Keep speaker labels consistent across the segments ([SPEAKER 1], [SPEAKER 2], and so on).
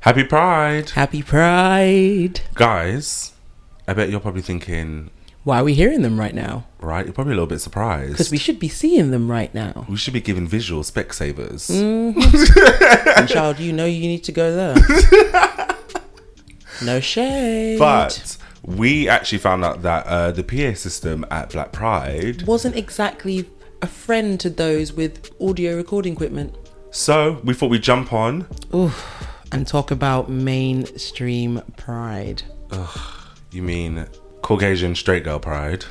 [SPEAKER 1] Happy Pride,
[SPEAKER 2] Happy Pride.
[SPEAKER 1] guys! I bet you're probably thinking,
[SPEAKER 2] Why are we hearing them right now?
[SPEAKER 1] right? You're probably a little bit
[SPEAKER 2] Because
[SPEAKER 1] surprised.
[SPEAKER 2] we
[SPEAKER 1] We-,
[SPEAKER 2] should be seeing them right now.
[SPEAKER 1] should be giving visual Specsavers.
[SPEAKER 2] And child, you know you need to go there. no shade.
[SPEAKER 1] But we actually found out that uh, the PA system at Black Pride.
[SPEAKER 2] wasn't exactly a friend to those with audio recording equipment.
[SPEAKER 1] So we thought we'd jump on.
[SPEAKER 2] And talk about mainstream pride.
[SPEAKER 1] You mean Caucasian straight girl pride?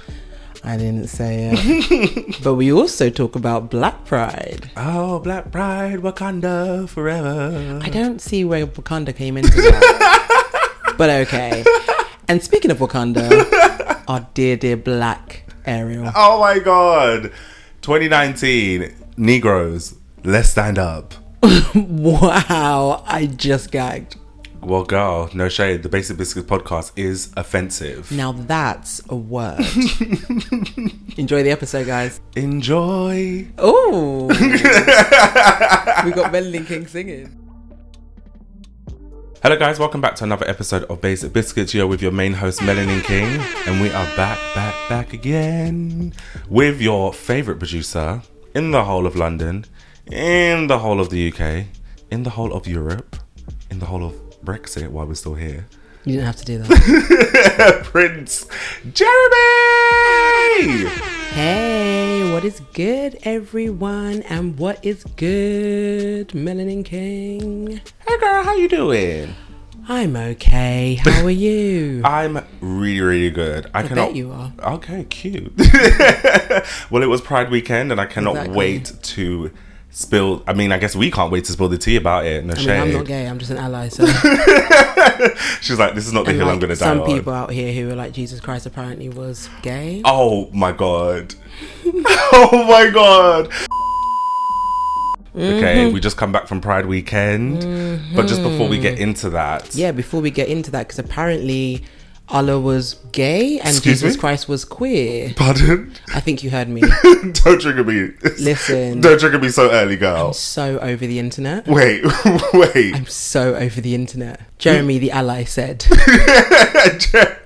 [SPEAKER 2] I didn't say it. but we also talk about black pride.
[SPEAKER 1] Oh, Black Pride, Wakanda forever.
[SPEAKER 2] I don't see where Wakanda came into that. but okay. And speaking of Wakanda, our dear, dear black Ariel.
[SPEAKER 1] Oh my god. 2019, Negroes, let's stand up.
[SPEAKER 2] Wow, I just gagged.
[SPEAKER 1] Well, girl, no shade. The Basic Biscuits podcast is offensive.
[SPEAKER 2] Now that's a word. Enjoy the episode, guys.
[SPEAKER 1] Enjoy.
[SPEAKER 2] Oh, we got Melanie King singing.
[SPEAKER 1] Hello, guys. Welcome back to another episode of Basic Biscuits. You're with your main host, Melanin King. And we are back, back, back again with your favorite producer in the whole of London, in the whole of the UK, in the whole of Europe, in the whole of Brexit while we're still here.
[SPEAKER 2] You didn't have to do that.
[SPEAKER 1] Prince Jeremy!
[SPEAKER 2] hey, what is good, everyone? And what is good, Melanin King?
[SPEAKER 1] Hey, girl, how you doing?
[SPEAKER 2] I'm okay. How are you?
[SPEAKER 1] I'm really, really good. I, cannot.
[SPEAKER 2] bet you are.
[SPEAKER 1] Okay, cute. well, it was Pride weekend, and I cannot
[SPEAKER 2] Exactly.
[SPEAKER 1] wait to spill. I mean, I guess we can't wait to spill the tea about it. No
[SPEAKER 2] I mean, I'm not
[SPEAKER 1] shade.
[SPEAKER 2] gay. I'm just an ally. So,
[SPEAKER 1] She's like, this is not the
[SPEAKER 2] And,
[SPEAKER 1] hill I'm
[SPEAKER 2] like,
[SPEAKER 1] going to die
[SPEAKER 2] some
[SPEAKER 1] on.
[SPEAKER 2] people out here who are like Jesus Christ apparently was gay.
[SPEAKER 1] Oh my god. oh my god. Okay,
[SPEAKER 2] Mm-hmm.
[SPEAKER 1] we just come back from Pride weekend, but just before we get into that,
[SPEAKER 2] Mm-hmm. Yeah, before we get into that, because apparently Allah was gay and
[SPEAKER 1] Excuse
[SPEAKER 2] Jesus
[SPEAKER 1] me?
[SPEAKER 2] Christ was queer.
[SPEAKER 1] pardon.
[SPEAKER 2] I think you heard me.
[SPEAKER 1] Don't trigger me.
[SPEAKER 2] Listen.
[SPEAKER 1] Don't trigger me so early, girl.
[SPEAKER 2] so over the internet.
[SPEAKER 1] Wait, wait.
[SPEAKER 2] I'm so over the internet. Jeremy, the ally, said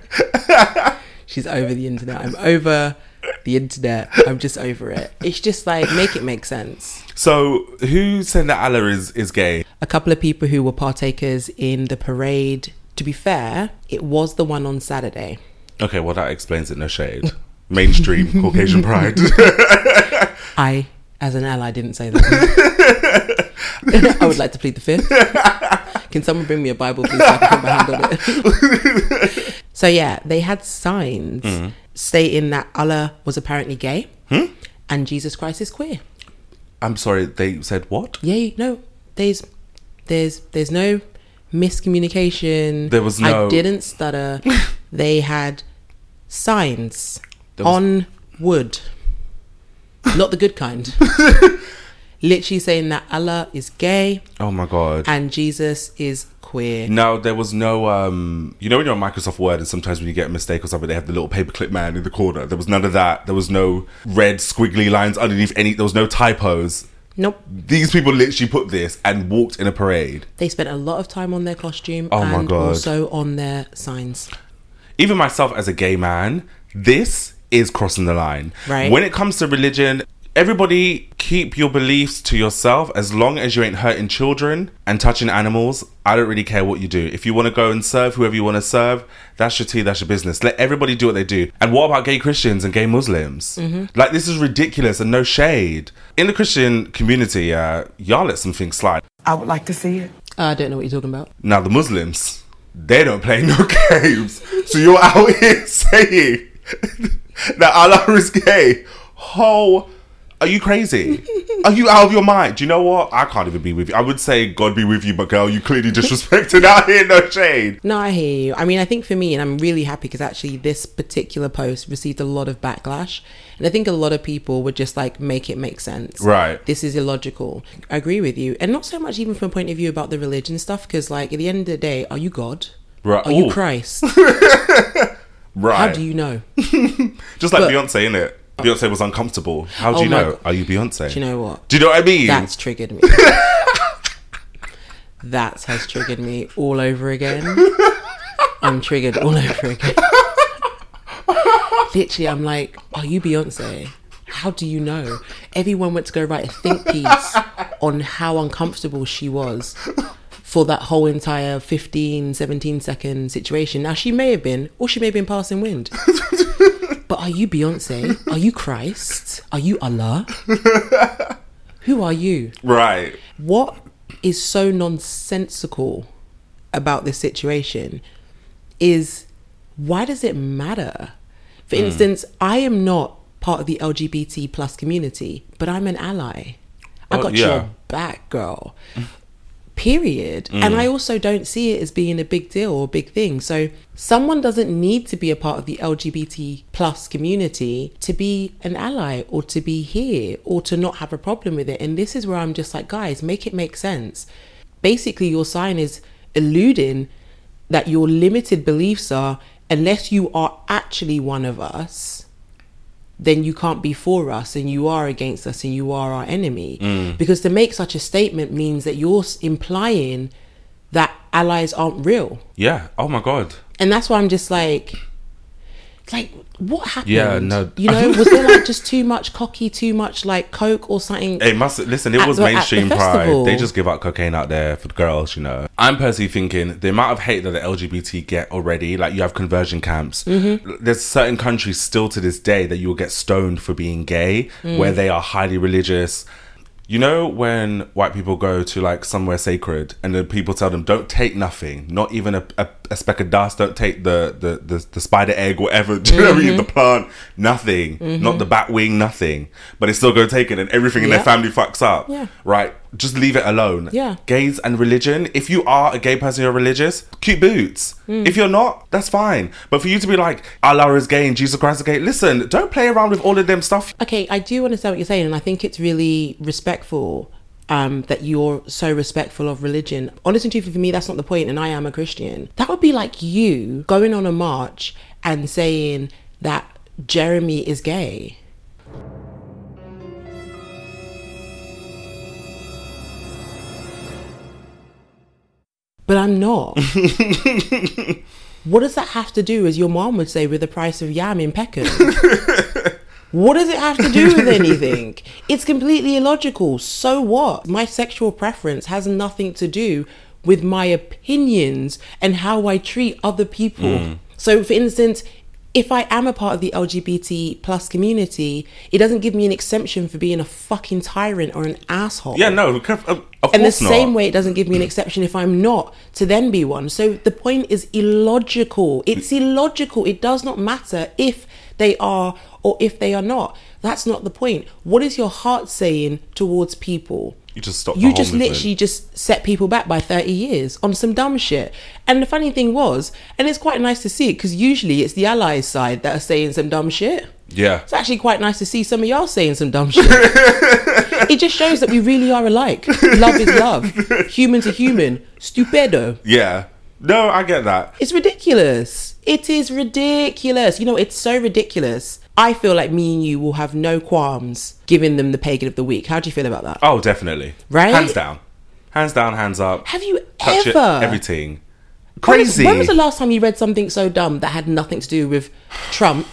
[SPEAKER 2] she's over the internet. I'm over the internet. I'm just over it. It's just like make it make sense.
[SPEAKER 1] so, who said that Allah is, is gay?
[SPEAKER 2] A couple of people who were partakers in the parade. To be fair, it was the one on Saturday.
[SPEAKER 1] Okay, well, that explains it, no shade. Mainstream Caucasian pride.
[SPEAKER 2] I, as an ally, didn't say that. I would like to plead the fifth. Can someone bring me a Bible, please, so I can put my hand on it? so, yeah, they had signs stating that Allah was apparently gay and Jesus Christ is queer.
[SPEAKER 1] I'm sorry, they said what?
[SPEAKER 2] Yeah, no, there's, there's, there's no miscommunication.
[SPEAKER 1] There was
[SPEAKER 2] I
[SPEAKER 1] no-
[SPEAKER 2] didn't stutter. they had signs
[SPEAKER 1] There was-
[SPEAKER 2] on wood, not the good kind. Literally saying that Allah is gay
[SPEAKER 1] Oh my god.
[SPEAKER 2] and Jesus is queer.
[SPEAKER 1] No, there was no. um You know, when you're on Microsoft Word, and sometimes when you get a mistake or something, they have the little paperclip man in the corner. There was none of that. There was no red squiggly lines underneath any. There was no typos.
[SPEAKER 2] Nope.
[SPEAKER 1] These people literally put this and walked in a parade.
[SPEAKER 2] They spent a lot of time on their costume
[SPEAKER 1] Oh
[SPEAKER 2] and
[SPEAKER 1] my God.
[SPEAKER 2] also on their signs.
[SPEAKER 1] Even myself as a gay man, this is crossing the line.
[SPEAKER 2] Right.
[SPEAKER 1] When it comes to religion, everybody keep your beliefs to yourself as long as you ain't hurting children and touching animals. I don't really care what you do. If you want to go and serve whoever you want to serve, that's your tea, that's your business. Let everybody do what they do. And what about gay Christians and gay Muslims? Like, this is ridiculous and no shade. In the Christian community, uh, y'all let some things slide.
[SPEAKER 3] I would like to see it.
[SPEAKER 2] I don't know what you're talking about.
[SPEAKER 1] Now the Muslims, they don't play no games. So you're out here saying that Allah is gay. Oh, are you crazy? Are you out of your mind? Do you know what? I can't even be with you. I would say God be with you, but girl, you clearly disrespected out here, no shade.
[SPEAKER 2] No, I hear you. I mean, I think for me, and I'm really happy because actually this particular post received a lot of backlash. And I think a lot of people would just like make it make sense.
[SPEAKER 1] Right.
[SPEAKER 2] This is illogical. I agree with you. And not so much even from a point of view about the religion stuff because, like, at the end of the day, are you God?
[SPEAKER 1] Right.
[SPEAKER 2] Are you
[SPEAKER 1] Ooh.
[SPEAKER 2] Christ? How
[SPEAKER 1] Right.
[SPEAKER 2] do you know?
[SPEAKER 1] Just like
[SPEAKER 2] but-
[SPEAKER 1] Beyonce, in it. Beyonce was uncomfortable. How do
[SPEAKER 2] Oh
[SPEAKER 1] you
[SPEAKER 2] my
[SPEAKER 1] know?
[SPEAKER 2] God.
[SPEAKER 1] Are you Beyonce?
[SPEAKER 2] Do you know what?
[SPEAKER 1] Do you know what I mean?
[SPEAKER 2] That's triggered me. that has triggered me all over again. I'm triggered all over again. Literally, I'm like, are you Beyonce? How do you know? Everyone went to go write a think piece on how uncomfortable she was for that whole entire 15, 17 second situation. Now, she may have been, or she may have been passing wind. but are you Beyonce? Are you Christ? Are you Allah? Who are you?
[SPEAKER 1] Right.
[SPEAKER 2] what is so nonsensical about this situation is why does it matter? For instance, I am not part of the LGBT plus community, but I'm an ally. I've
[SPEAKER 1] Oh,
[SPEAKER 2] got
[SPEAKER 1] yeah.
[SPEAKER 2] your back, girl. Period. And I also don't see it as being a big deal or a big thing. So someone doesn't need to be a part of the LGBT plus community to be an ally or to be here or to not have a problem with it. And this is where I'm just like, guys, make it make sense. Basically, your sign is alluding that your limited beliefs are unless you are actually one of us then you can't be for us and you are against us and you are our enemy.
[SPEAKER 1] Mm.
[SPEAKER 2] Because to make such a statement means that you're s- implying that allies aren't real.
[SPEAKER 1] Yeah. Oh my god.
[SPEAKER 2] And that's why I'm just like, like, what happened?
[SPEAKER 1] Yeah, no.
[SPEAKER 2] You know, was there like just too much cocky, too much like coke or something?
[SPEAKER 1] It must listen. It
[SPEAKER 2] At
[SPEAKER 1] was
[SPEAKER 2] the- at the
[SPEAKER 1] mainstream pride.
[SPEAKER 2] festival.
[SPEAKER 1] They just give out cocaine out there for girls, you know. I'm personally thinking the amount of hate that the LGBT get already. Like you have conversion camps.
[SPEAKER 2] Mm-hmm.
[SPEAKER 1] There's certain countries still to this day that you will get stoned for being gay,
[SPEAKER 2] Mm.
[SPEAKER 1] where they are highly religious. You know when white people go to like somewhere sacred and the people tell them don't take nothing, not even a, a, a speck of dust, don't take the the, the, the spider egg, whatever, do you know what I
[SPEAKER 2] Mm-hmm.
[SPEAKER 1] mean? The plant, nothing, not the bat wing, nothing. But they still go take it and everything in their
[SPEAKER 2] Yeah.
[SPEAKER 1] family fucks up.
[SPEAKER 2] Yeah.
[SPEAKER 1] Right? Just leave it alone.
[SPEAKER 2] Yeah.
[SPEAKER 1] Gays and religion, if you are a gay person, you're religious, cute boots.
[SPEAKER 2] Mm.
[SPEAKER 1] If you're not, that's fine. But for you to be like, Allah is gay and Jesus Christ is gay, listen, don't play around with all of them stuff.
[SPEAKER 2] okay, I do understand what you're saying, and I think it's really respectful um, that you're so respectful of religion. Honest and truthfully, for me, that's not the point, and I am a Christian. That would be like you going on a march and saying that Jeremy is gay. But I'm not. what does that have to do, as your mom would say, with the price of yam in Peckham? What does it have to do with anything? it's completely illogical. So what? My sexual preference has nothing to do with my opinions and how I treat other people. So, for instance, if I am a part of the LGBT plus community, it doesn't give me an exemption for being a fucking tyrant or an asshole.
[SPEAKER 1] Yeah, no, of course
[SPEAKER 2] And the
[SPEAKER 1] not.
[SPEAKER 2] same way, it doesn't give me an exception if I'm not to then be one. So the point is illogical. It's illogical. It does not matter if they are or if they are not. That's not the point. What is your heart saying towards people?
[SPEAKER 1] You just stop.
[SPEAKER 2] You just literally just set people back by 30 years on some dumb shit. And the funny thing was, and it's quite nice to see it because usually it's the allies side that are saying some dumb shit.
[SPEAKER 1] Yeah.
[SPEAKER 2] It's actually quite nice to see some of y'all saying some dumb shit. it just shows that we really are alike. Love is love, human to human, stupido.
[SPEAKER 1] Yeah. No, I get that.
[SPEAKER 2] It's ridiculous. It is ridiculous. You know, it's so ridiculous. I feel like me and you will have no qualms giving them the pagan of the week. How do you feel about that?
[SPEAKER 1] Oh, definitely.
[SPEAKER 2] Right?
[SPEAKER 1] Hands down. Hands down, hands up.
[SPEAKER 2] Have you
[SPEAKER 1] Touch it,
[SPEAKER 2] ever?
[SPEAKER 1] everything.
[SPEAKER 2] When was-
[SPEAKER 1] Crazy.
[SPEAKER 2] When was the last time you read something so dumb that had nothing to do with Trump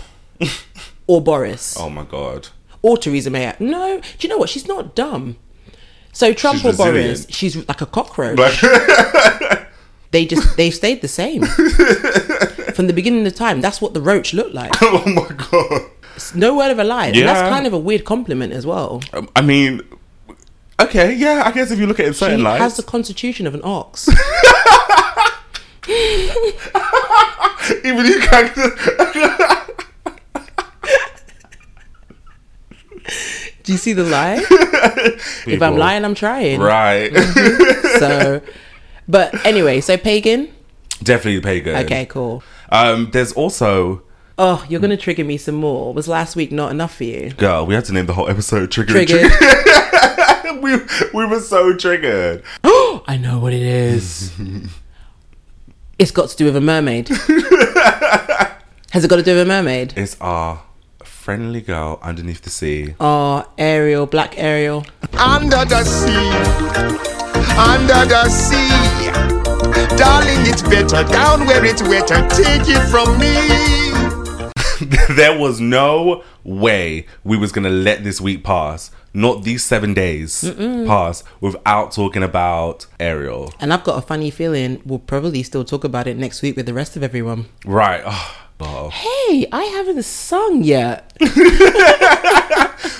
[SPEAKER 2] or Boris
[SPEAKER 1] oh my god.
[SPEAKER 2] or Theresa May? No, do you know what? She's not dumb. So Trump
[SPEAKER 1] She's
[SPEAKER 2] or Boris,
[SPEAKER 1] resilient.
[SPEAKER 2] she's like a cockroach.
[SPEAKER 1] Like-
[SPEAKER 2] They just they stayed the same from the beginning of time. That's what the roach looked like.
[SPEAKER 1] oh my god.
[SPEAKER 2] No word of a lie. And
[SPEAKER 1] Yeah.
[SPEAKER 2] that's kind of a weird compliment as well.
[SPEAKER 1] Um, I mean, okay, yeah. I guess if you look at it in
[SPEAKER 2] She
[SPEAKER 1] certain lights,
[SPEAKER 2] has the constitution of an ox.
[SPEAKER 1] even you can't.
[SPEAKER 2] Do you see the lie? if
[SPEAKER 1] People.
[SPEAKER 2] I'm lying, I'm trying.
[SPEAKER 1] right?
[SPEAKER 2] So, but anyway, so pagan.
[SPEAKER 1] Definitely the pagan.
[SPEAKER 2] Okay, cool.
[SPEAKER 1] Um, there's also
[SPEAKER 2] Oh, you're gonna trigger me some more. Was last week not enough for you?
[SPEAKER 1] girl. We had to name the whole episode trigger.
[SPEAKER 2] Triggered.
[SPEAKER 1] we we were so triggered.
[SPEAKER 2] I know what it is. it's got to do with a mermaid. Has it got to do with a mermaid?
[SPEAKER 1] It's our friendly girl underneath the sea.
[SPEAKER 2] Oh, Ariel, Black Ariel.
[SPEAKER 3] under the sea. under the sea. Darling, it's better down where it's wetter. Take it from me.
[SPEAKER 1] there was no way we was gonna let this week pass, not these seven days pass, without talking about Ariel.
[SPEAKER 2] And I've got a funny feeling we'll probably still talk about it next week with the rest of everyone.
[SPEAKER 1] Right. Oh, oh.
[SPEAKER 2] Hey, I haven't sung yet.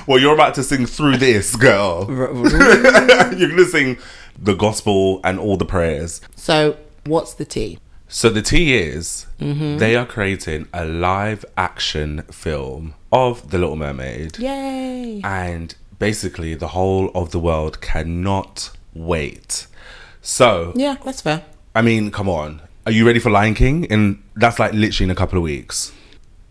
[SPEAKER 1] Well, you're about to sing through this, girl. you're gonna sing the gospel and all the prayers.
[SPEAKER 2] so, what's the tea?
[SPEAKER 1] So the tea is
[SPEAKER 2] Mm-hmm.
[SPEAKER 1] they are creating a live action film of The Little Mermaid.
[SPEAKER 2] Yay!
[SPEAKER 1] and basically the whole of the world cannot wait. So,
[SPEAKER 2] Yeah, that's fair.
[SPEAKER 1] I mean, come on. Are you ready for Lion King? And that's like literally in a couple of weeks.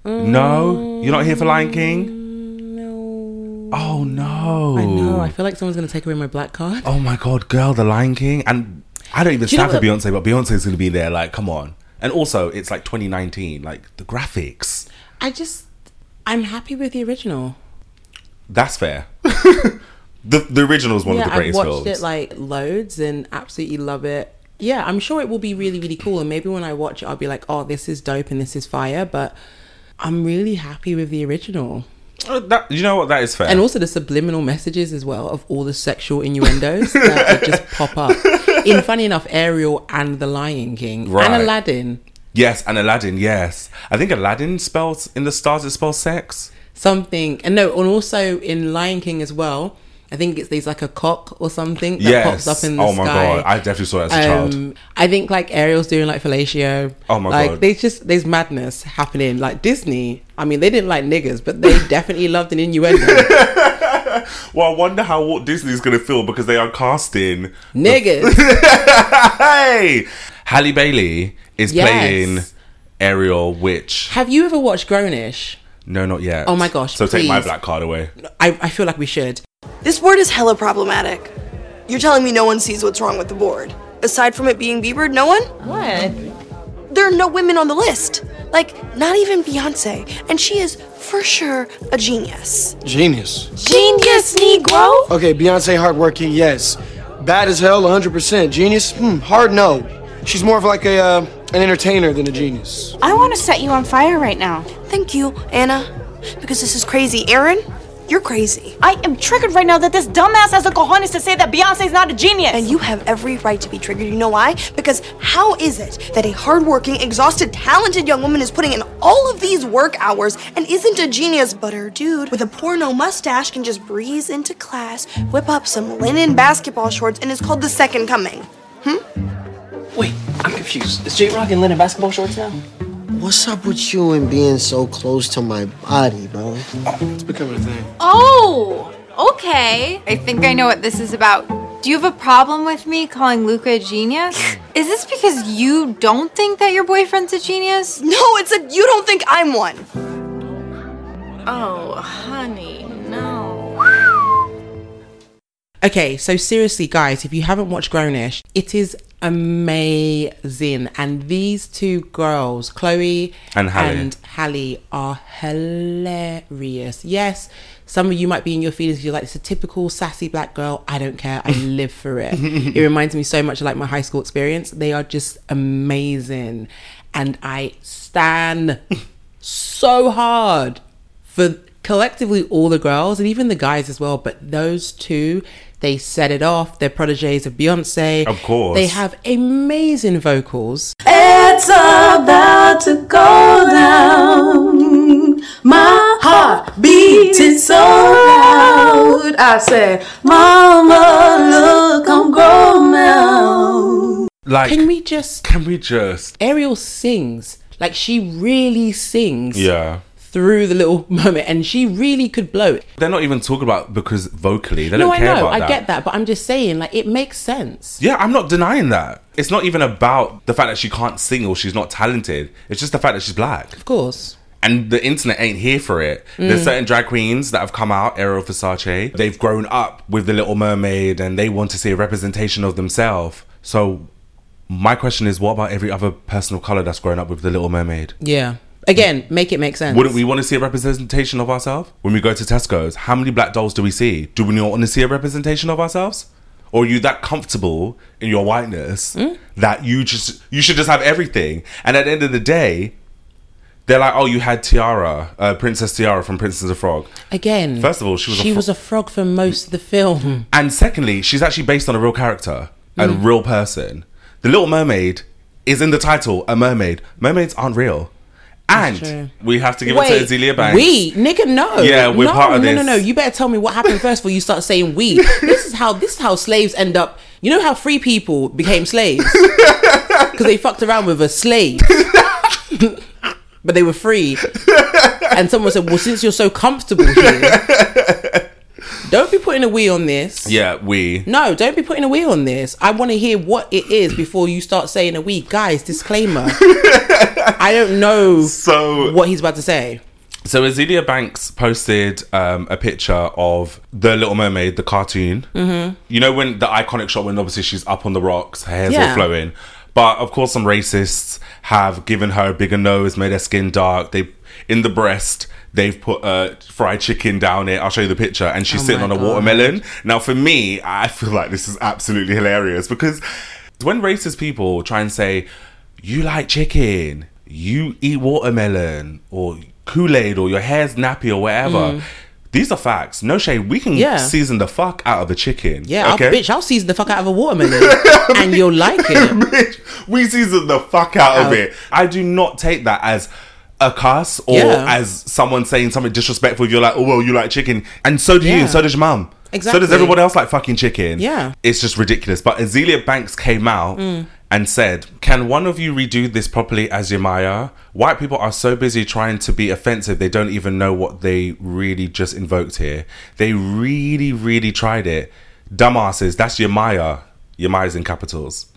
[SPEAKER 1] No? You're not here for Lion King?
[SPEAKER 2] Mm, No.
[SPEAKER 1] Oh no.
[SPEAKER 2] I know. I feel like someone's gonna take away my black card.
[SPEAKER 1] Oh my god, girl, the Lion King and I don't even
[SPEAKER 2] Do you know
[SPEAKER 1] stand for
[SPEAKER 2] what-
[SPEAKER 1] Beyonce, but Beyonce's gonna be there, like, come on. And also it's like twenty nineteen, like the graphics.
[SPEAKER 2] I just, I'm happy with the original.
[SPEAKER 1] That's fair. the the original is one
[SPEAKER 2] yeah,
[SPEAKER 1] of the
[SPEAKER 2] I've
[SPEAKER 1] greatest
[SPEAKER 2] watched
[SPEAKER 1] films.
[SPEAKER 2] it like loads and absolutely love it. Yeah, I'm sure it will be really, really cool. And maybe when I watch it, I'll be like, oh, this is dope and this is fire. But I'm really happy with the original.
[SPEAKER 1] Uh, that- you know what? That is fair.
[SPEAKER 2] And also the subliminal messages as well of all the sexual innuendos that would just pop up. In funny enough, Ariel and the Lion King
[SPEAKER 1] Right.
[SPEAKER 2] and Aladdin.
[SPEAKER 1] Yes, and Aladdin, yes. I think Aladdin spells in the stars it spells sex.
[SPEAKER 2] something and no and also in lion king as well i think it's there's like a cock or something that
[SPEAKER 1] yes.
[SPEAKER 2] pops up in the
[SPEAKER 1] oh
[SPEAKER 2] sky
[SPEAKER 1] my god, I definitely saw that as a child.
[SPEAKER 2] um, I think like Ariel's doing like fellatio.
[SPEAKER 1] Oh my
[SPEAKER 2] like,
[SPEAKER 1] God.
[SPEAKER 2] There's just there's madness happening. Like Disney. I mean, they didn't like niggers, but they definitely loved an innuendo.
[SPEAKER 1] Well, I wonder how Walt Disney's gonna feel because they are casting.
[SPEAKER 2] niggers.
[SPEAKER 1] hey, Halle Bailey is
[SPEAKER 2] Yes.
[SPEAKER 1] playing Ariel, which
[SPEAKER 2] Have you ever watched Grownish?
[SPEAKER 1] no, not yet.
[SPEAKER 2] Oh my gosh,
[SPEAKER 1] So take my
[SPEAKER 2] please.
[SPEAKER 1] black card away.
[SPEAKER 2] I, I feel like we should.
[SPEAKER 4] This board is hella problematic. You're telling me no one sees what's wrong with the board. Aside from it being Bieber, no one?
[SPEAKER 5] What?
[SPEAKER 4] There are no women on the list. Like, not even Beyonce. And she is for sure a genius.
[SPEAKER 6] Genius.
[SPEAKER 4] Genius, Negro?
[SPEAKER 6] Okay, Beyonce hardworking, yes. Bad as hell, 100%. Genius? Hmm, hard no. She's more of like a uh, an entertainer than a genius.
[SPEAKER 5] I want to set you on fire right now.
[SPEAKER 4] Thank you, Anna. Because this is crazy. Aaron, you're crazy.
[SPEAKER 5] I am triggered right now that this dumbass has the cojones to say that Beyonce's not a genius.
[SPEAKER 4] And you have every right to be triggered. You know why? Because how is it that a hardworking, exhausted, talented young woman is putting in all of these work hours and isn't a genius, but her dude with a porno mustache can just breeze into class, whip up some linen basketball shorts, and is called the second coming?
[SPEAKER 7] Wait, I'm confused. Is J Rock in linen basketball shorts now?
[SPEAKER 8] What's up with you and being so close to my body, bro?
[SPEAKER 6] It's becoming a thing.
[SPEAKER 9] Oh, okay. I think I know what this is about. Do you have a problem with me calling Luca a genius? Is this because you don't think that your boyfriend's a genius?
[SPEAKER 4] No, it's that you don't think I'm one.
[SPEAKER 9] Oh, honey, no.
[SPEAKER 2] Okay, so seriously, guys, if you haven't watched Grownish, it is amazing. And these two girls, Chloe
[SPEAKER 1] And Halle.
[SPEAKER 2] Halle, are hilarious. Yes, some of you might be in your feelings. You're like, it's a typical sassy black girl. I don't care. I live for it. it reminds me so much of like my high school experience. They are just amazing, and I stan so hard for collectively all the girls and even the guys as well. But those two, they set it off. They're proteges of Beyonce.
[SPEAKER 1] Of course.
[SPEAKER 2] They have amazing vocals.
[SPEAKER 5] It's about to go down. My heart beating so loud. I said, Mama, look, I'm grown now.
[SPEAKER 1] Like,
[SPEAKER 2] Can we just.
[SPEAKER 1] Can we just?
[SPEAKER 2] Ariel sings. Like she really sings
[SPEAKER 1] Yeah.
[SPEAKER 2] through the little moment and she really could blow it.
[SPEAKER 1] They're not even talking about because vocally they
[SPEAKER 2] no,
[SPEAKER 1] don't
[SPEAKER 2] I
[SPEAKER 1] care
[SPEAKER 2] know,
[SPEAKER 1] about
[SPEAKER 2] I
[SPEAKER 1] that.
[SPEAKER 2] get that, but I'm just saying, like, it makes sense.
[SPEAKER 1] Yeah, I'm not denying that. It's not even about the fact that she can't sing or she's not talented. It's just the fact that she's black.
[SPEAKER 2] Of course.
[SPEAKER 1] and the internet ain't here for it. There's
[SPEAKER 2] Mm.
[SPEAKER 1] certain drag queens that have come out, Ariel Versace, they've grown up with The Little Mermaid and they want to see a representation of themselves. So, my question is, what about every other person of color that's grown up with The Little Mermaid?
[SPEAKER 2] Yeah. Again, make it make sense.
[SPEAKER 1] Wouldn't we want to see a representation of ourselves? When we go to Tesco's, how many black dolls do we see? Do we not want to see a representation of ourselves? or are you that comfortable in your whiteness
[SPEAKER 2] Hmm?
[SPEAKER 1] that you just you should just have everything? And at the end of the day, they're like, oh, you had Tiara, uh, Princess Tiara from Princess and the Frog.
[SPEAKER 2] Again,
[SPEAKER 1] First of all, she was a
[SPEAKER 2] she
[SPEAKER 1] fro-
[SPEAKER 2] was a frog for most of the film.
[SPEAKER 1] And secondly, she's actually based on a real character and
[SPEAKER 2] Hmm.
[SPEAKER 1] a real person. The Little Mermaid is in the title, a mermaid. Mermaids aren't real.
[SPEAKER 2] true.
[SPEAKER 1] And we have to give it to Azealia Banks.
[SPEAKER 2] we nigga, no,
[SPEAKER 1] Yeah, we're
[SPEAKER 2] no,
[SPEAKER 1] part of
[SPEAKER 2] no, No,
[SPEAKER 1] this.
[SPEAKER 2] no, You better tell me what happened first before you start saying we. this is how this is how slaves end up. You know how free people became slaves because they fucked around with a slave, but they were free. And someone said, "Well, since you're so comfortable here, don't be putting a we on this."
[SPEAKER 1] Yeah, we.
[SPEAKER 2] No, don't be putting a we on this. I want to hear what it is before you start saying a we. Guys, disclaimer. I don't know
[SPEAKER 1] So
[SPEAKER 2] what he's about to say.
[SPEAKER 1] So Azealia Banks posted um, a picture of the Little Mermaid, the cartoon. Mm-hmm. You know when the iconic shot when obviously she's up on the rocks, her hair's
[SPEAKER 2] Yeah.
[SPEAKER 1] all flowing. But of course, some racists have given her a bigger nose, made her skin dark. They in the breast they've put uh, fried chicken down it. I'll show you the picture, and she's sitting
[SPEAKER 2] Oh my
[SPEAKER 1] on a
[SPEAKER 2] God.
[SPEAKER 1] watermelon. Now, for me, I feel like this is absolutely hilarious because when racist people try and say, you like chicken, you eat watermelon, or Kool Aid, or your hair's nappy, or whatever. These are facts. No shade. We can
[SPEAKER 2] Mm. Yeah.
[SPEAKER 1] season the fuck out of a chicken.
[SPEAKER 2] Yeah, I'll, bitch, I'll seize the fuck out of a watermelon and you'll like it.
[SPEAKER 1] Bitch, we season the fuck out of
[SPEAKER 2] Out.
[SPEAKER 1] it. I do not take that as a cuss or
[SPEAKER 2] Yeah.
[SPEAKER 1] as someone saying something disrespectful. You're like, oh well, you like chicken, and so do you,
[SPEAKER 2] Yeah.
[SPEAKER 1] and so does your mum. So does
[SPEAKER 2] Exactly.
[SPEAKER 1] everyone else like fucking chicken?
[SPEAKER 2] Yeah.
[SPEAKER 1] it's just ridiculous. But Azealia Banks came out. And said, "Can one of you redo this properly as Yemaya? White people are so busy trying to be offensive, they don't even know what they really just invoked here. They really, really tried it. Dumbasses. That's Yemaya. Yemaya's in capitals.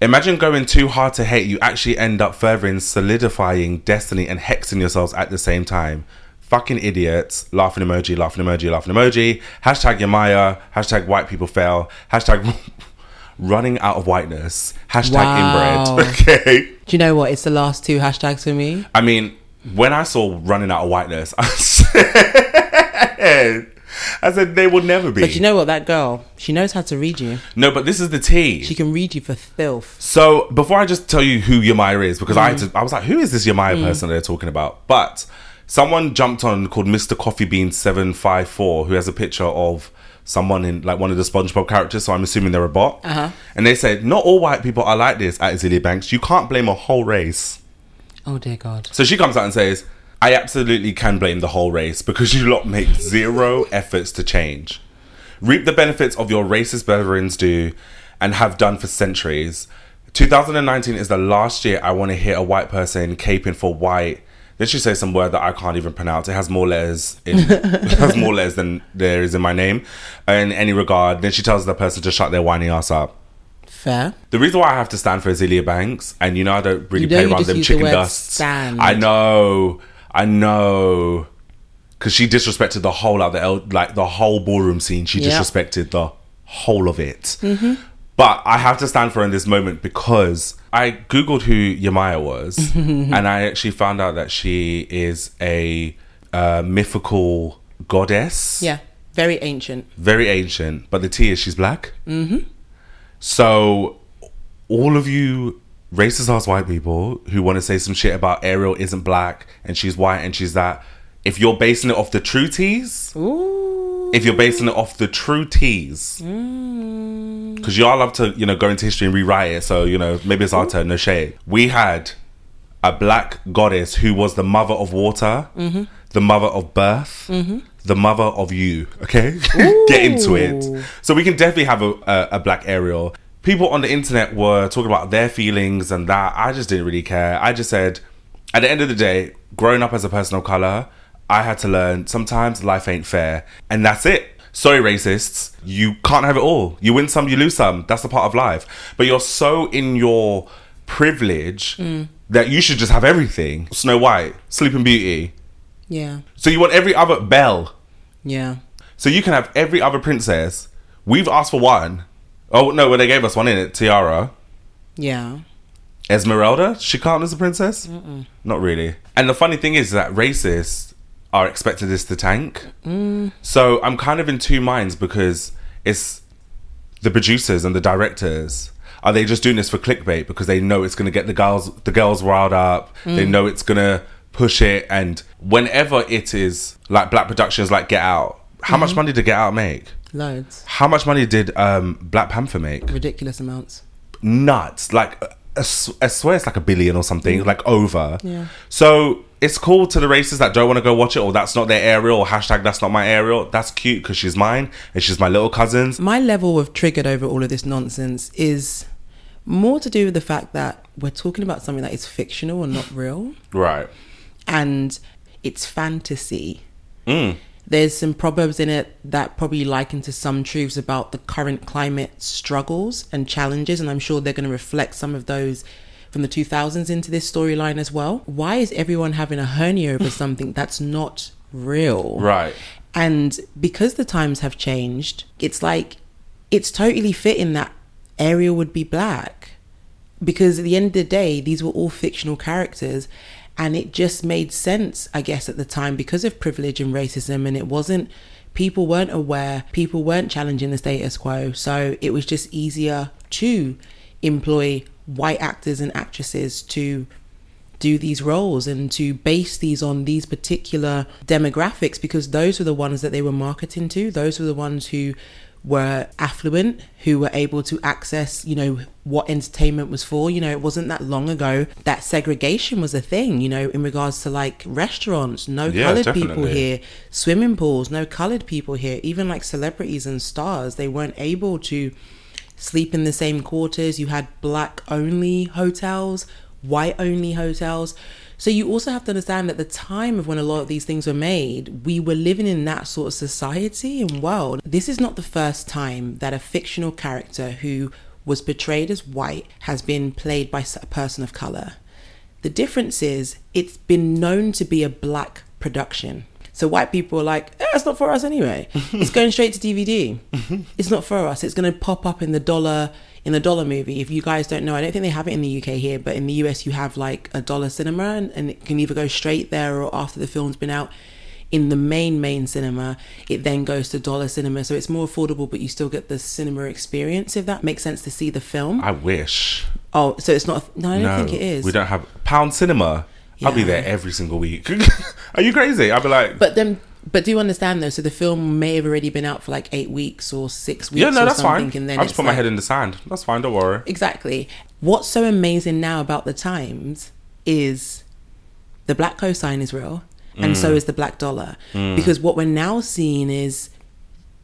[SPEAKER 1] Imagine going too hard to hate. You actually end up furthering, solidifying destiny and hexing yourselves at the same time. Fucking idiots. Laughing emoji, laughing emoji, laughing emoji. Hashtag Yamaya. Hashtag white people fail. Hashtag running out of whiteness. Hashtag
[SPEAKER 2] Wow.
[SPEAKER 1] inbred. Okay.
[SPEAKER 2] Do you know what? It's the last two hashtags for me.
[SPEAKER 1] I mean, when I saw running out of whiteness, I said, I said they will never be.
[SPEAKER 2] But you know what? That girl, she knows how to read you.
[SPEAKER 1] no, but this is the tea.
[SPEAKER 2] She can read you for filth.
[SPEAKER 1] So before I just tell you who Yamaya is, because I had to, I was like, who is this Yamaya person they're talking about? But someone jumped on called Mr. Coffee Bean Seven Five Four, who has a picture of someone in like one of the SpongeBob characters. So I'm assuming they're a bot. Uh-huh. And they said, not all white people are like this at Azealia Banks. You can't blame a whole race.
[SPEAKER 2] Oh, dear God.
[SPEAKER 1] So she comes out and says, I absolutely can blame the whole race because you lot make zero efforts to change. Reap the benefits of your racist brethrens do and have done for centuries. 2019 is the last year I want to hear a white person caping for white. Then she says some word that I can't even pronounce. It has more letters in it has more letters than there is in my name. In any regard, then she tells the person to shut their whiny ass up.
[SPEAKER 2] Fair.
[SPEAKER 1] The reason why I have to stand for Azealia Banks, and you know I don't really
[SPEAKER 2] You know
[SPEAKER 1] play
[SPEAKER 2] you
[SPEAKER 1] around
[SPEAKER 2] just
[SPEAKER 1] them
[SPEAKER 2] used the
[SPEAKER 1] chicken
[SPEAKER 2] word
[SPEAKER 1] dusts.
[SPEAKER 2] stand.
[SPEAKER 1] I know, I know, because she disrespected the whole like the el- like the whole ballroom scene. She
[SPEAKER 2] Yeah. Mm-hmm.
[SPEAKER 1] disrespected the whole of it. But I have to stand for her in this moment because I googled who Yamaya was, and I actually found out that she is a uh, mythical goddess
[SPEAKER 2] Yeah. Very ancient.
[SPEAKER 1] very ancient, but the tea is she's black. Mm-hmm. So, all of you racist ass white people who want to say some shit about Ariel isn't black and she's white and she's that, if you're basing it off the true teas, if you're basing it off the true teas, because y'all love to, you know, go into history and rewrite it. So, you know, maybe it's our turn, no shade. We had a black goddess who was the mother of water, the mother of birth, the mother of you. Okay? Get into it. So, we can definitely have a, a, a black Ariel. People on the internet were talking about their feelings and that. I just didn't really care. I just said, at the end of the day, growing up as a person of color, I had to learn sometimes life ain't fair. And that's it. Sorry, racists. You can't have it all. You win some, you lose some. That's the part of life. But you're so in your privilege that you should just have everything. Snow White, Sleeping Beauty.
[SPEAKER 2] Yeah.
[SPEAKER 1] So you want every other Belle.
[SPEAKER 2] Yeah.
[SPEAKER 1] So you can have every other princess. We've asked for one. Oh no, well they gave us one in it. Tiara.
[SPEAKER 2] Yeah.
[SPEAKER 1] Esmeralda, she can't as a princess? Not really. And the funny thing is that racists are expected this to tank. So I'm kind of in two minds because it's the producers and the directors are they just doing this for clickbait because they know it's going to get the girls the girls riled up they know it's going to push it and whenever it is like black productions like get out how much money did get out make
[SPEAKER 2] Loads.
[SPEAKER 1] how much money did um, black panther make
[SPEAKER 2] Ridiculous amounts.
[SPEAKER 1] nuts. Like uh, I s- I swear it's like a billion or something, like over.
[SPEAKER 2] Mm. Yeah.
[SPEAKER 1] So it's cool to the races that don't want to go watch it, or that's not their area, or hashtag that's not my area. That's cute because she's mine and she's my little cousin's.
[SPEAKER 2] My level of triggered over all of this nonsense is more to do with the fact that we're talking about something that is fictional and not real.
[SPEAKER 1] Right.
[SPEAKER 2] and it's fantasy. There's some proverbs in it that probably liken to some truths about the current climate struggles and challenges, and I'm sure they're going to reflect some of those from the 2000s into this storyline as well. Why is everyone having a hernia over something that's not real?
[SPEAKER 1] Right.
[SPEAKER 2] And because the times have changed, it's like it's totally fitting that Ariel would be black. Because at the end of the day, these were all fictional characters. And it just made sense, I guess, at the time because of privilege and racism. And it wasn't, people weren't aware, people weren't challenging the status quo. So it was just easier to employ white actors and actresses to do these roles and to base these on these particular demographics because those were the ones that they were marketing to those were the ones who were affluent who were able to access you know what entertainment was for you know it wasn't that long ago that segregation was a thing you know in regards to like restaurants no
[SPEAKER 1] Yeah,
[SPEAKER 2] colored people
[SPEAKER 1] definitely.
[SPEAKER 2] here here, swimming pools, no colored people here, even like celebrities and stars, they weren't able to sleep in the same quarters. You had black only hotels, white only hotels. So you also have to understand that the time of when a lot of these things were made, we were living in that sort of society and world. This is not the first time that a fictional character who was portrayed as white has been played by s- a person of color. The difference is it's been known to be a black production. So white people are like, eh, it's not for us anyway. it's going straight to DVD. it's not for us. It's going to pop up in the dollar in the dollar movie. If you guys don't know, I don't think they have it in the UK here, but in the US you have like a dollar cinema, and, and it can either go straight there or after the film's been out in the main main cinema it then goes to dollar cinema so it's more affordable but you still get the cinema experience if that makes sense to see the film
[SPEAKER 1] I wish.
[SPEAKER 2] oh so it's not no i don't
[SPEAKER 1] no,
[SPEAKER 2] think it is
[SPEAKER 1] We don't have Pound Cinema. I'll be
[SPEAKER 2] Yeah.
[SPEAKER 1] there every single week. Are you crazy? I'll be like,
[SPEAKER 2] But then, but do you understand though? So the film may have already been out for like eight weeks or six weeks.
[SPEAKER 1] yeah, no,
[SPEAKER 2] or
[SPEAKER 1] that's
[SPEAKER 2] something,
[SPEAKER 1] fine.
[SPEAKER 2] And then
[SPEAKER 1] I'll just
[SPEAKER 2] it's
[SPEAKER 1] put my
[SPEAKER 2] like-
[SPEAKER 1] head in the sand. That's fine. Don't worry.
[SPEAKER 2] Exactly. What's so amazing now about the times is the black cosign is real, and so is the black dollar. Because what we're now seeing is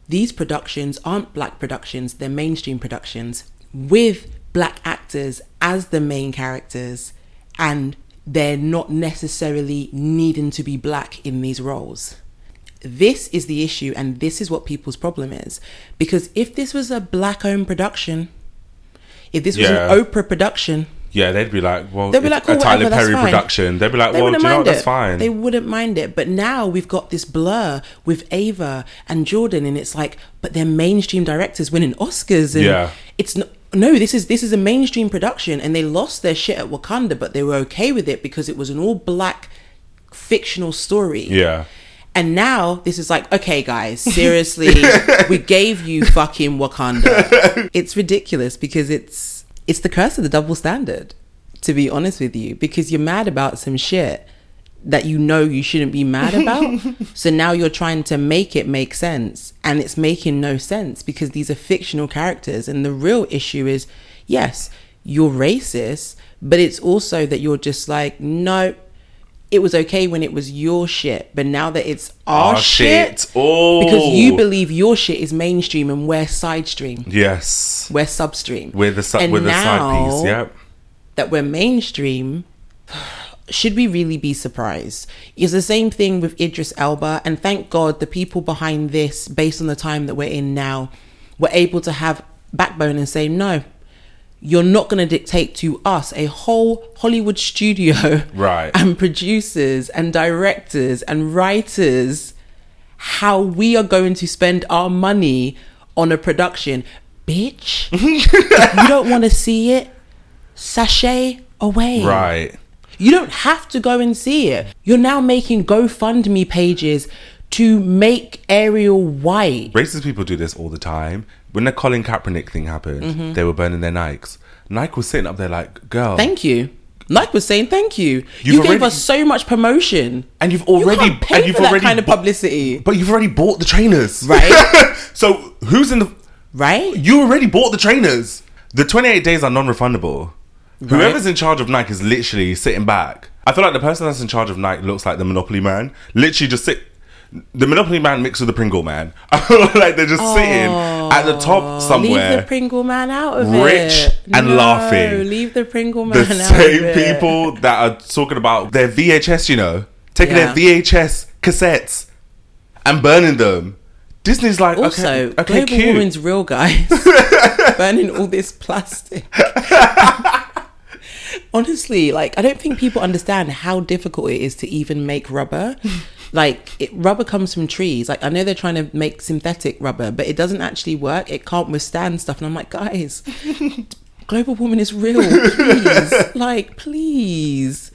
[SPEAKER 2] these productions aren't black productions, they're mainstream productions with black actors as the main characters, and they're not necessarily needing to be black in these roles. This is the issue, and this is what people's problem is. Because if this was a black owned production, if this was
[SPEAKER 1] Yeah.
[SPEAKER 2] an Oprah production,
[SPEAKER 1] Yeah, they'd be like, well,
[SPEAKER 2] They'd be
[SPEAKER 1] it's
[SPEAKER 2] like, cool,
[SPEAKER 1] a Tyler
[SPEAKER 2] whatever, that's
[SPEAKER 1] Perry
[SPEAKER 2] fine.
[SPEAKER 1] production. They'd be like,
[SPEAKER 2] they
[SPEAKER 1] well, do
[SPEAKER 2] wouldn't
[SPEAKER 1] you know what?
[SPEAKER 2] mind
[SPEAKER 1] That's
[SPEAKER 2] it.
[SPEAKER 1] fine.
[SPEAKER 2] They wouldn't mind it. But now we've got this blur with Ava and Jordan, and it's like, but they're mainstream directors winning Oscars, and
[SPEAKER 1] Yeah.
[SPEAKER 2] it's not. No, this is this is a mainstream production, and they lost their shit at Wakanda, but they were okay with it because it was an all black fictional story.
[SPEAKER 1] yeah.
[SPEAKER 2] And now this is like, okay, guys, seriously, we gave you fucking Wakanda. It's ridiculous because it's it's the curse of the double standard, to be honest with you, because you're mad about some shit that you know you shouldn't be mad about. so now you're trying to make it make sense, and it's making no sense because these are fictional characters, and the real issue is, yes, you're racist, but it's also that you're just like, no. It was okay when it was your shit, but now that it's
[SPEAKER 1] Our
[SPEAKER 2] our, shit,
[SPEAKER 1] shit. Oh.
[SPEAKER 2] because you believe your shit is mainstream and we're side stream,
[SPEAKER 1] Yes.
[SPEAKER 2] we're substream,
[SPEAKER 1] With the su-
[SPEAKER 2] And
[SPEAKER 1] with the side piece.
[SPEAKER 2] now-
[SPEAKER 1] Yep.
[SPEAKER 2] that we're mainstream, should we really be surprised? It's the same thing with Idris Elba, and thank God the people behind this, based on the time that we're in now, were able to have backbone and say, no, you're not going to dictate to us a whole Hollywood studio
[SPEAKER 1] Right.
[SPEAKER 2] and producers and directors and writers how we are going to spend our money on a production. Bitch, if you don't want to see it, sachet away.
[SPEAKER 1] Right.
[SPEAKER 2] You don't have to go and see it. You're now making GoFundMe pages to make Ariel white.
[SPEAKER 1] Racist people do this all the time. when the Colin Kaepernick thing happened, they were burning their Nikes. Nike was sitting up there like, girl,
[SPEAKER 2] Mm-hmm. Thank you. Nike was saying thank you. you
[SPEAKER 1] You've
[SPEAKER 2] gave
[SPEAKER 1] already-
[SPEAKER 2] us so much promotion.
[SPEAKER 1] and you've already
[SPEAKER 2] you can't pay
[SPEAKER 1] and you've
[SPEAKER 2] for
[SPEAKER 1] already
[SPEAKER 2] that kind of
[SPEAKER 1] bu-
[SPEAKER 2] publicity,
[SPEAKER 1] but you've already bought the trainers,
[SPEAKER 2] Right.
[SPEAKER 1] so who's in the?
[SPEAKER 2] right?
[SPEAKER 1] You already bought the trainers. The twenty-eight days are non-refundable. Whoever's in charge of Nike is literally sitting back. I feel like the person that's in charge of Nike looks like the Monopoly Man. Literally, just sit. The Monopoly Man mixed with the Pringle Man. I feel like they're just sitting at the top somewhere.
[SPEAKER 2] Oh, Leave the Pringle man out of it.
[SPEAKER 1] Rich and laughing.
[SPEAKER 2] Leave the Pringle man
[SPEAKER 1] the
[SPEAKER 2] out of
[SPEAKER 1] same
[SPEAKER 2] it.
[SPEAKER 1] people that are talking about their VHS, you know, taking
[SPEAKER 2] Yeah.
[SPEAKER 1] their VHS cassettes and burning them. Disney's like,
[SPEAKER 2] Also,
[SPEAKER 1] okay, okay,
[SPEAKER 2] global
[SPEAKER 1] cute.
[SPEAKER 2] warming's real, guys. Burning all this plastic. Honestly, like I don't think people understand how difficult it is to even make rubber. Like it, rubber comes from trees. Like I know they're trying to make synthetic rubber, but it doesn't actually work. It can't withstand stuff. And I'm like, guys, global warming is real. Please, like, please.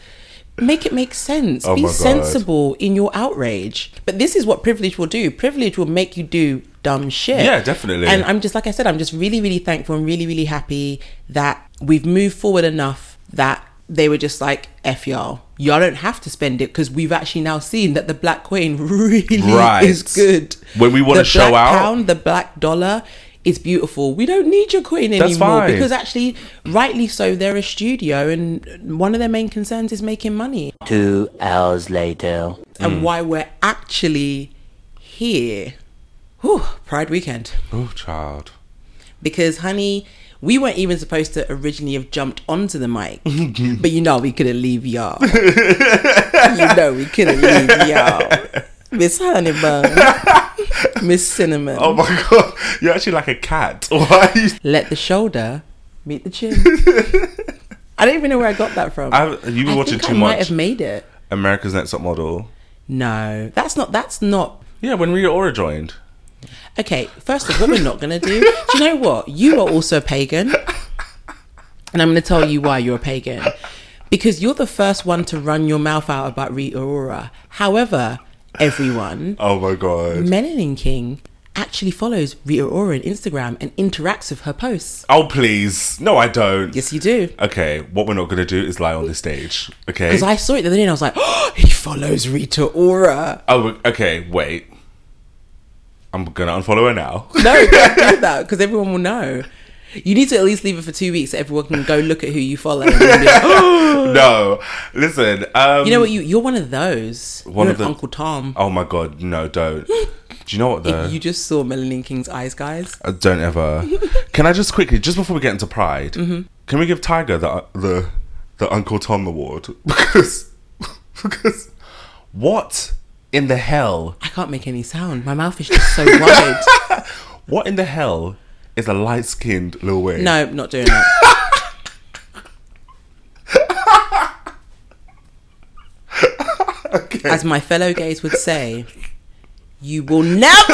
[SPEAKER 2] Make it make sense.
[SPEAKER 1] Oh
[SPEAKER 2] Be
[SPEAKER 1] my God.
[SPEAKER 2] sensible in your outrage. But this is what privilege will do. Privilege will make you do dumb shit.
[SPEAKER 1] Yeah, definitely.
[SPEAKER 2] And I'm just like I said, I'm just really, really thankful and really, really happy that we've moved forward enough that they were just like, F y'all. Y'all don't have to spend it because we've actually now seen that the black coin really
[SPEAKER 1] Right.
[SPEAKER 2] is good.
[SPEAKER 1] When we wanna
[SPEAKER 2] The
[SPEAKER 1] show
[SPEAKER 2] black
[SPEAKER 1] out-
[SPEAKER 2] pound, the black dollar is beautiful. We don't need your coin anymore
[SPEAKER 1] That's fine.
[SPEAKER 2] because actually, rightly so, they're a studio, and one of their main concerns is making money. Two hours later,
[SPEAKER 1] Mm.
[SPEAKER 2] and why we're actually here. Whew, Pride weekend
[SPEAKER 1] oh, child.
[SPEAKER 2] because honey we weren't even supposed to originally have jumped onto the mic but you know we couldn't leave y'all you know we couldn't leave y'all miss honeybun miss cinnamon
[SPEAKER 1] Oh my god, you're actually like a cat. Why? Are you...
[SPEAKER 2] let the shoulder meet the chin i don't even know where i got that from
[SPEAKER 1] I, you've been
[SPEAKER 2] I
[SPEAKER 1] watching
[SPEAKER 2] think
[SPEAKER 1] too
[SPEAKER 2] I might
[SPEAKER 1] much
[SPEAKER 2] have made it
[SPEAKER 1] America's Next Top Model.
[SPEAKER 2] no that's not that's not
[SPEAKER 1] Yeah, when Rita Ora joined.
[SPEAKER 2] Okay, first of all, we're not going to do. Do you know what? You are also a pagan. And I'm going to tell you why you're a pagan. Because you're the first one to run your mouth out about Rita Aurora. However, everyone,
[SPEAKER 1] Oh my god.
[SPEAKER 2] Melanin King actually follows Rita Aurora on Instagram and interacts with her posts.
[SPEAKER 1] Oh please, no, I don't.
[SPEAKER 2] Yes, you do.
[SPEAKER 1] Okay, what we're not gonna do is lie on the stage. Okay.
[SPEAKER 2] Because I saw it the other day and I was like, oh, he follows Rita Ora.
[SPEAKER 1] Oh, okay. Wait. I'm gonna unfollow her now.
[SPEAKER 2] No, don't do that because everyone will know. You need to at least leave it for two weeks so everyone can go look at who you follow. And be like,
[SPEAKER 1] no, listen. Um,
[SPEAKER 2] You know what? You you're one of those.
[SPEAKER 1] One
[SPEAKER 2] you're
[SPEAKER 1] of
[SPEAKER 2] an
[SPEAKER 1] the-
[SPEAKER 2] Uncle Tom.
[SPEAKER 1] Oh my god, no, don't. Do you know what though?
[SPEAKER 2] You just saw Melanin King's eyes, guys.
[SPEAKER 1] Uh, don't ever. Can I just quickly, just before we get into Pride,
[SPEAKER 2] Mm-hmm.
[SPEAKER 1] can we give Tiger the uh, the the Uncle Tom award because because what in the hell?
[SPEAKER 2] I can't make any sound. My mouth is just so wide.
[SPEAKER 1] What in the hell is a light skinned Lil Wayne?
[SPEAKER 2] No, not doing that. As my fellow gays would say, you will never,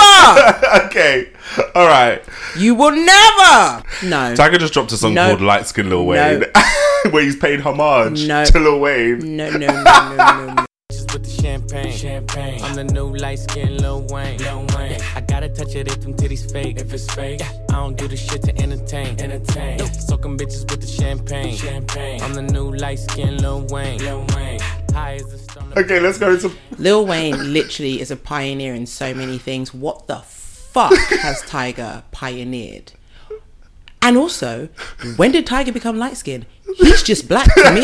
[SPEAKER 1] Okay. All right.
[SPEAKER 2] you will never. No,
[SPEAKER 1] Tiger just dropped a song
[SPEAKER 2] No.
[SPEAKER 1] called Light Skin Lil Wayne, where he's paying homage
[SPEAKER 2] No. Mm.
[SPEAKER 1] to Lil Wayne.
[SPEAKER 2] no, no, no, no, no, no.
[SPEAKER 10] with the champagne. Champagne. I'm the new light skinned Lil Wayne. Lil Wayne. I gotta touch it if them titties fake. If it's fake, I don't do this shit to entertain. Entertain. Soaking bitches with the champagne. Champagne. I'm the new light skinned Lil Wayne. Lil Wayne. High as a stone.
[SPEAKER 1] Okay, let's go into.
[SPEAKER 2] Lil Wayne literally is a pioneer in so many things. What the fuck has Tiger pioneered? And also, when did Tiger become light skinned? He's just black to me.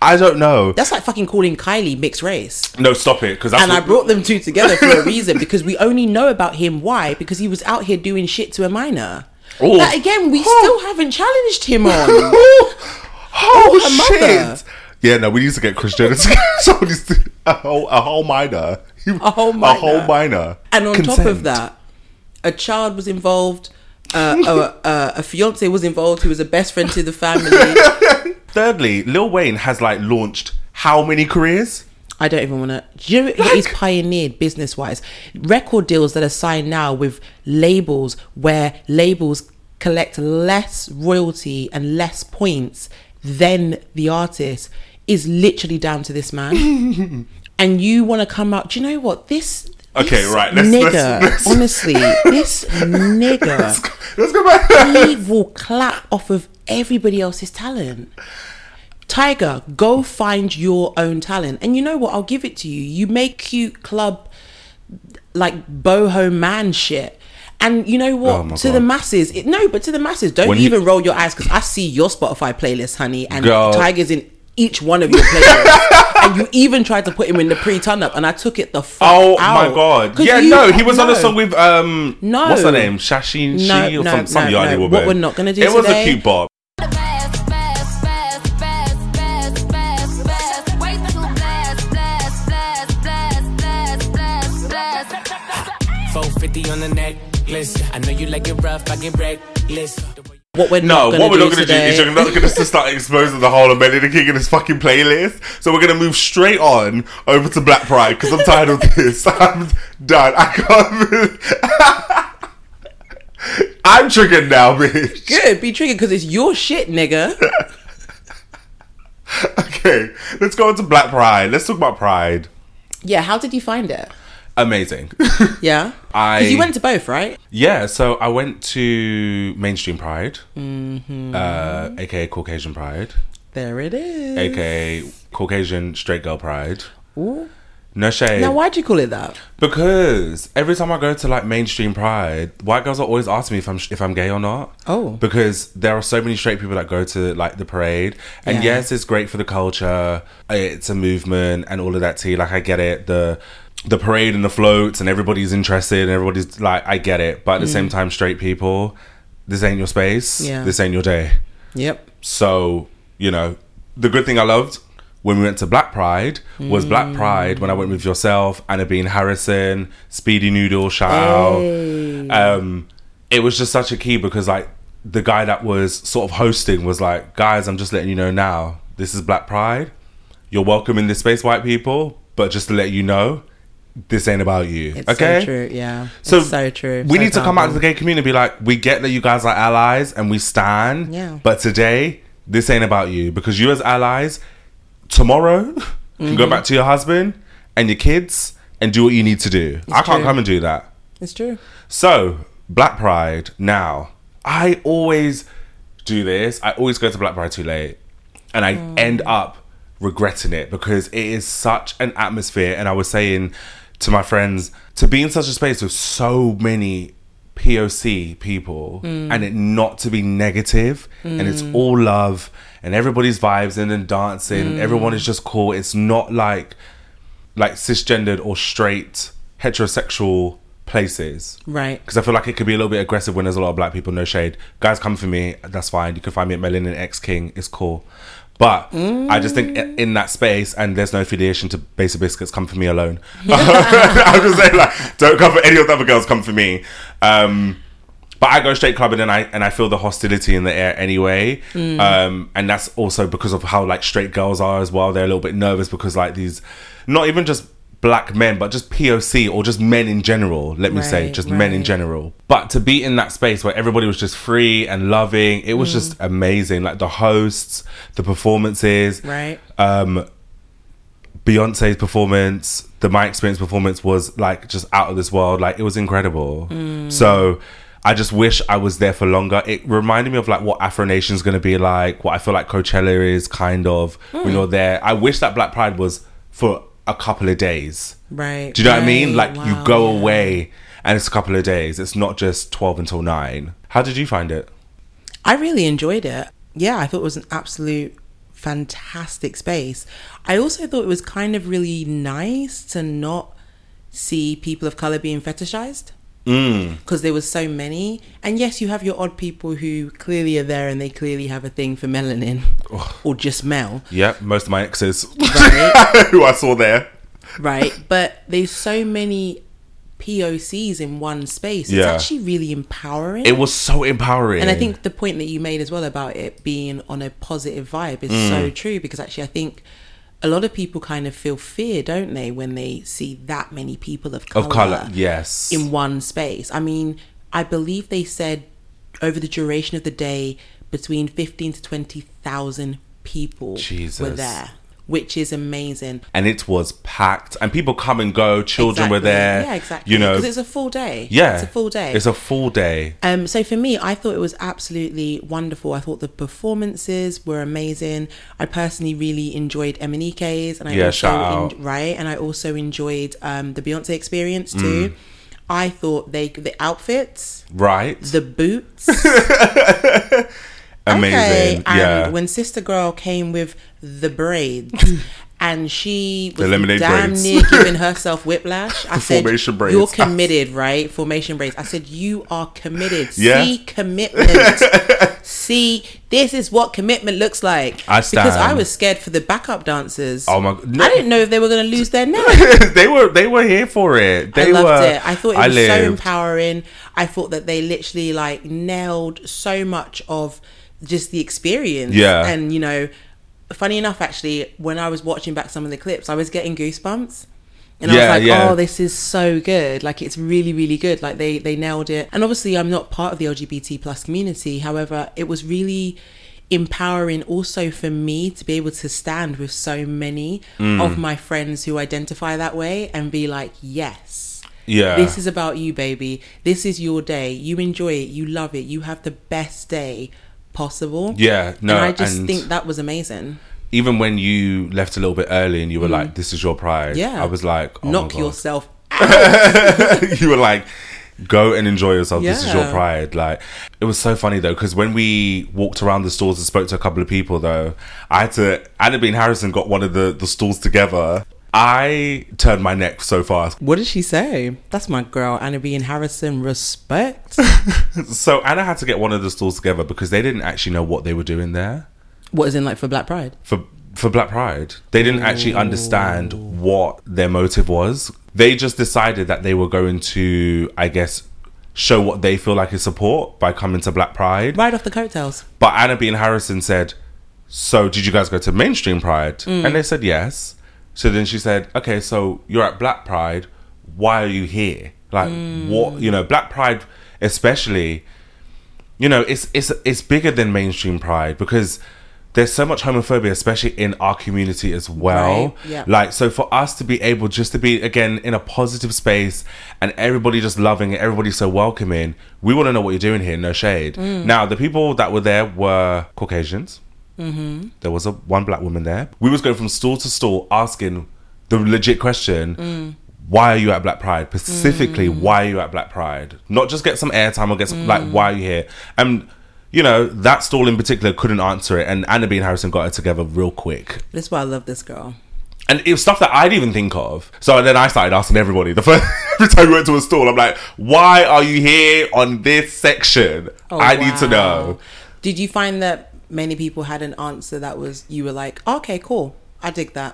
[SPEAKER 1] I don't know.
[SPEAKER 2] That's like fucking calling Kylie mixed race.
[SPEAKER 1] No, stop it, because
[SPEAKER 2] And I brought them two together for a reason because we only know about him why because he was out here doing shit to a minor.
[SPEAKER 1] Oh.
[SPEAKER 2] That again, we still haven't challenged him on.
[SPEAKER 1] oh, oh
[SPEAKER 2] her
[SPEAKER 1] shit!
[SPEAKER 2] mother.
[SPEAKER 1] Yeah, no, we need to get Chris Jenner to somebody's a whole a whole minor,
[SPEAKER 2] A whole minor.
[SPEAKER 1] a whole minor,
[SPEAKER 2] And on top of
[SPEAKER 1] Consent.
[SPEAKER 2] that, a child was involved. Uh, a, a, a fiance was involved who was a best friend to the family.
[SPEAKER 1] Thirdly, Lil Wayne has like launched how many careers?
[SPEAKER 2] I don't even want to. Do you know what he's pioneered business wise? Record deals that are signed now with labels where labels collect less royalty and less points than the artist is literally down to this man. and you want to come out. Do you know what? This
[SPEAKER 1] Okay, right. Let's,
[SPEAKER 2] nigga,
[SPEAKER 1] let's, let's-
[SPEAKER 2] honestly, this nigga.
[SPEAKER 1] Let's go-
[SPEAKER 2] He will clap off of everybody else's talent. Tiger, go find your own talent. And you know what? I'll give it to you. You make cute club, like boho man shit. And you know what?
[SPEAKER 1] Oh my
[SPEAKER 2] to the masses, it, no, but to the masses, don't
[SPEAKER 1] When you-
[SPEAKER 2] even roll your eyes because I see your Spotify playlist, honey, and
[SPEAKER 1] Girl.
[SPEAKER 2] Tiger's in each one of your playlists. and you even tried to put him in the pre-turn up, and I took it the fuck
[SPEAKER 1] Oh
[SPEAKER 2] out.
[SPEAKER 1] my god!
[SPEAKER 2] 'Cause
[SPEAKER 1] Yeah,
[SPEAKER 2] you-
[SPEAKER 1] no, he was on a
[SPEAKER 2] no.
[SPEAKER 1] song with um,
[SPEAKER 2] No.
[SPEAKER 1] what's her name, Shashin
[SPEAKER 2] No,
[SPEAKER 1] She or
[SPEAKER 2] no,
[SPEAKER 1] some, some
[SPEAKER 2] no,
[SPEAKER 1] Yanni
[SPEAKER 2] no. What
[SPEAKER 1] woman.
[SPEAKER 2] we're not gonna do
[SPEAKER 1] It was a
[SPEAKER 2] today-
[SPEAKER 1] cute bar.
[SPEAKER 10] Four fifty on the necklace. I know you like it rough. I get reckless.
[SPEAKER 2] What we're
[SPEAKER 1] No,
[SPEAKER 2] not gonna
[SPEAKER 1] what we're
[SPEAKER 2] do
[SPEAKER 1] not going to do
[SPEAKER 2] today.
[SPEAKER 1] is you're not going to start exposing the whole of Melody the King in his fucking playlist. So we're going to move straight on over to Black Pride because I'm tired of this. I'm done. I can't. I'm triggered now, bitch.
[SPEAKER 2] Good, be triggered because it's your shit, nigga.
[SPEAKER 1] Okay, let's go on to Black Pride. Let's talk about Pride.
[SPEAKER 2] yeah, how did you find it?
[SPEAKER 1] Amazing.
[SPEAKER 2] Yeah,
[SPEAKER 1] I-
[SPEAKER 2] because you went to both, right?
[SPEAKER 1] Yeah, so I went to Mainstream Pride,
[SPEAKER 2] Mm-hmm.
[SPEAKER 1] uh, aka Caucasian Pride,
[SPEAKER 2] There it is.
[SPEAKER 1] aka Caucasian Straight Girl Pride.
[SPEAKER 2] Ooh.
[SPEAKER 1] No shade.
[SPEAKER 2] Now, why'd you call it that?
[SPEAKER 1] Because every time I go to like Mainstream Pride, white girls are always asking me if I'm if I'm gay or not.
[SPEAKER 2] Oh.
[SPEAKER 1] because there are so many straight people that go to like the parade, and
[SPEAKER 2] Yeah.
[SPEAKER 1] yes, it's great for the culture. It's a movement and all of that too. Like I get it. The the parade and the floats and everybody's interested and everybody's like I get it. But at the same time, straight people, this ain't your space.
[SPEAKER 2] Mm. Yeah.
[SPEAKER 1] This ain't your day.
[SPEAKER 2] Yep.
[SPEAKER 1] So, you know, the good thing I loved when we went to Black Pride was
[SPEAKER 2] Mm.
[SPEAKER 1] Black Pride when I went with yourself, Anna Bean Harrison, Speedy Noodle, shout out. Um, it was just such a key because, like, the guy that was sort of hosting was like, guys, I'm just letting you know now, this is Black Pride. You're welcome in this space, white people, but just to let you know, this ain't about you.
[SPEAKER 2] It's
[SPEAKER 1] okay?
[SPEAKER 2] so true. Yeah. It's
[SPEAKER 1] So
[SPEAKER 2] so true.
[SPEAKER 1] We
[SPEAKER 2] So
[SPEAKER 1] need to come out to
[SPEAKER 2] powerful.
[SPEAKER 1] the gay community and be like, we get that you guys are allies and we stand.
[SPEAKER 2] Yeah.
[SPEAKER 1] But today, this ain't about you because you as allies, tomorrow can
[SPEAKER 2] Mm-hmm.
[SPEAKER 1] go back to your husband and your kids and do what you need to do. I can't
[SPEAKER 2] true.
[SPEAKER 1] come and do that.
[SPEAKER 2] It's true.
[SPEAKER 1] So, Black Pride now. I always do this. I always go to Black Pride too late. And I end up regretting it because it is such an atmosphere. And I was saying to my friends, to be in such a space with so many POC people and it not to be negative, and it's all love and everybody's vibes and then dancing and everyone is just cool. It's not like like cisgendered or straight heterosexual places.
[SPEAKER 2] Right.
[SPEAKER 1] Because I feel like it could be a little bit aggressive when there's a lot of black people, no shade. Guys, come for me. That's fine. You can find me at Melin and X King. It's cool. But I just think i- in that space, and there's no affiliation to Basic Biscuits, come for me alone. I'm just saying, like, don't come for any of the other girls, come for me. Um, but I go straight clubbing and I and I feel the hostility in the air anyway.
[SPEAKER 2] Mm.
[SPEAKER 1] Um, and that's also because of how like straight girls are as well. They're a little bit nervous because like these, not even just black men, but just POC or just men in general. Let me say,
[SPEAKER 2] Right,
[SPEAKER 1] just men in
[SPEAKER 2] right.
[SPEAKER 1] general. But to be in that space where everybody was just free and loving, it was just amazing. Like the hosts, the performances,
[SPEAKER 2] Right.
[SPEAKER 1] um Beyonce's performance, the My Experience performance was like just out of this world. Like it was incredible. So I just wish I was there for longer. It reminded me of like what Afro Nation's gonna be like, what I feel like Coachella is kind of when you're there. I wish that Black Pride was for a couple of days.
[SPEAKER 2] Right.
[SPEAKER 1] Do you know what I mean?
[SPEAKER 2] right,
[SPEAKER 1] Like you
[SPEAKER 2] wow,
[SPEAKER 1] go
[SPEAKER 2] yeah.
[SPEAKER 1] away and it's a couple of days. It's not just twelve until nine. How did you find it?
[SPEAKER 2] I really enjoyed it. Yeah, I thought it was an absolute fantastic space. I also thought it was kind of really nice to not see people of color being fetishized because there was so many. And yes, you have your odd people who clearly are there and they clearly have a thing for melanin or just mel,
[SPEAKER 1] Yep, most of my exes
[SPEAKER 2] right?
[SPEAKER 1] who I saw there.
[SPEAKER 2] right? But there's so many POCs in one space. It's
[SPEAKER 1] Yeah.
[SPEAKER 2] actually really empowering.
[SPEAKER 1] It was so empowering.
[SPEAKER 2] and I think the point that you made as well about it being on a positive vibe is so
[SPEAKER 1] Mm.
[SPEAKER 2] true because actually I think a lot of people kind of feel fear, don't they, when they see that many people of color,
[SPEAKER 1] of color, yes.
[SPEAKER 2] in one space. I mean, I believe they said over the duration of the day between 15 to 20,000 people
[SPEAKER 1] Jesus.
[SPEAKER 2] were there, which is amazing.
[SPEAKER 1] and it was packed and people come and go children were
[SPEAKER 2] Exactly.
[SPEAKER 1] there
[SPEAKER 2] Yeah, exactly.
[SPEAKER 1] you know
[SPEAKER 2] because it's a full day.
[SPEAKER 1] yeah
[SPEAKER 2] it's a full day.
[SPEAKER 1] it's a full day
[SPEAKER 2] Um, so for me, I thought it was absolutely wonderful. I thought the performances were amazing. I personally really enjoyed Emanike's, and I
[SPEAKER 1] Yeah,
[SPEAKER 2] also
[SPEAKER 1] shout out.
[SPEAKER 2] right, and I also enjoyed um, the Beyonce experience too.
[SPEAKER 1] Mm.
[SPEAKER 2] I thought they the outfits,
[SPEAKER 1] right
[SPEAKER 2] the boots,
[SPEAKER 1] amazing
[SPEAKER 2] and
[SPEAKER 1] yeah
[SPEAKER 2] when Sister Girl came with the braids. And she
[SPEAKER 1] The
[SPEAKER 2] was
[SPEAKER 1] lemonade
[SPEAKER 2] damn
[SPEAKER 1] braids.
[SPEAKER 2] near giving herself whiplash. I
[SPEAKER 1] The
[SPEAKER 2] said,
[SPEAKER 1] formation braids.
[SPEAKER 2] "You're committed, right? Formation braids." I said, "You are committed.
[SPEAKER 1] Yeah.
[SPEAKER 2] See commitment. See, this is what commitment looks like."
[SPEAKER 1] I
[SPEAKER 2] because I
[SPEAKER 1] stand.
[SPEAKER 2] was scared for the backup dancers.
[SPEAKER 1] Oh my-
[SPEAKER 2] I didn't know if they were going to lose their neck.
[SPEAKER 1] they were they were here for it they
[SPEAKER 2] I loved
[SPEAKER 1] were
[SPEAKER 2] it. I thought it
[SPEAKER 1] I
[SPEAKER 2] was so
[SPEAKER 1] lived.
[SPEAKER 2] empowering. I thought that they literally like nailed so much of just the experience.
[SPEAKER 1] Yeah.
[SPEAKER 2] And you know, funny enough, actually, when I was watching back some of the clips, I was getting goosebumps. And I
[SPEAKER 1] Yeah,
[SPEAKER 2] was like,
[SPEAKER 1] yeah.
[SPEAKER 2] oh, this is so good. Like it's really, really good. Like they they nailed it. And obviously I'm not part of the LGBT plus community. However, it was really empowering also for me to be able to stand with so many
[SPEAKER 1] Mm.
[SPEAKER 2] of my friends who identify that way and be like, yes.
[SPEAKER 1] Yeah.
[SPEAKER 2] This is about you, baby. This is your day. You enjoy it. You love it. You have the best day possible.
[SPEAKER 1] Yeah, no,
[SPEAKER 2] And I just
[SPEAKER 1] and-
[SPEAKER 2] think that was amazing.
[SPEAKER 1] even when you left a little bit early and you were
[SPEAKER 2] Mm.
[SPEAKER 1] like this is your pride
[SPEAKER 2] Yeah.
[SPEAKER 1] i was like oh my
[SPEAKER 2] Knock
[SPEAKER 1] God.
[SPEAKER 2] yourself
[SPEAKER 1] you were like go and enjoy yourself this is your
[SPEAKER 2] Yeah.
[SPEAKER 1] pride like it was so funny though because when we walked around the stalls and spoke to a couple of people though i had to annabelle and harrison got one of the the stalls together i turned my neck so fast
[SPEAKER 2] What did she say? That's my girl, Anna B. and Harrison. Respect.
[SPEAKER 1] so anna had to get one of the stalls together because they didn't actually know what they were doing there
[SPEAKER 2] What is in like for Black Pride?
[SPEAKER 1] for for Black Pride. They didn't actually understand what their motive was. They just decided that they were going to, I guess, show what they feel like is support by coming to Black Pride.
[SPEAKER 2] Right off the coattails.
[SPEAKER 1] But Anna B and Harrison said, "So did you guys go to mainstream Pride?"
[SPEAKER 2] Mm.
[SPEAKER 1] And they said yes. So then she said, "Okay, so you're at Black Pride. Why are you here? Like, what you know, Black Pride, especially." you know, it's it's it's bigger than mainstream pride because there's so much homophobia, especially in our community as well.
[SPEAKER 11] Right, yeah.
[SPEAKER 1] Like, so for us to be able just to be again in a positive space and everybody just loving it, everybody so welcoming, we want to know what you're doing here. No shade.
[SPEAKER 11] Mm.
[SPEAKER 1] Now, the people that were there were Caucasians.
[SPEAKER 11] Mm-hmm.
[SPEAKER 1] There was a one black woman there. We was going from stall to stall asking the legit question:
[SPEAKER 11] Mm.
[SPEAKER 1] Why are you at Black Pride? Specifically,
[SPEAKER 2] Mm.
[SPEAKER 1] why are you at Black Pride? Not just get some airtime or get some like, why are you here? And you know that stall in particular couldn't answer it, and Anna B and Harrison got it together real quick.
[SPEAKER 2] That's why I love this girl.
[SPEAKER 1] And it was stuff that I'd even think of. So then I started asking everybody. The first every time we went to a stall, I'm like, "Why are you here on this section?
[SPEAKER 2] Oh,
[SPEAKER 1] I need to
[SPEAKER 2] wow.
[SPEAKER 1] know."
[SPEAKER 2] Did you find that many people had an answer that was you were like, okay, cool, I dig that.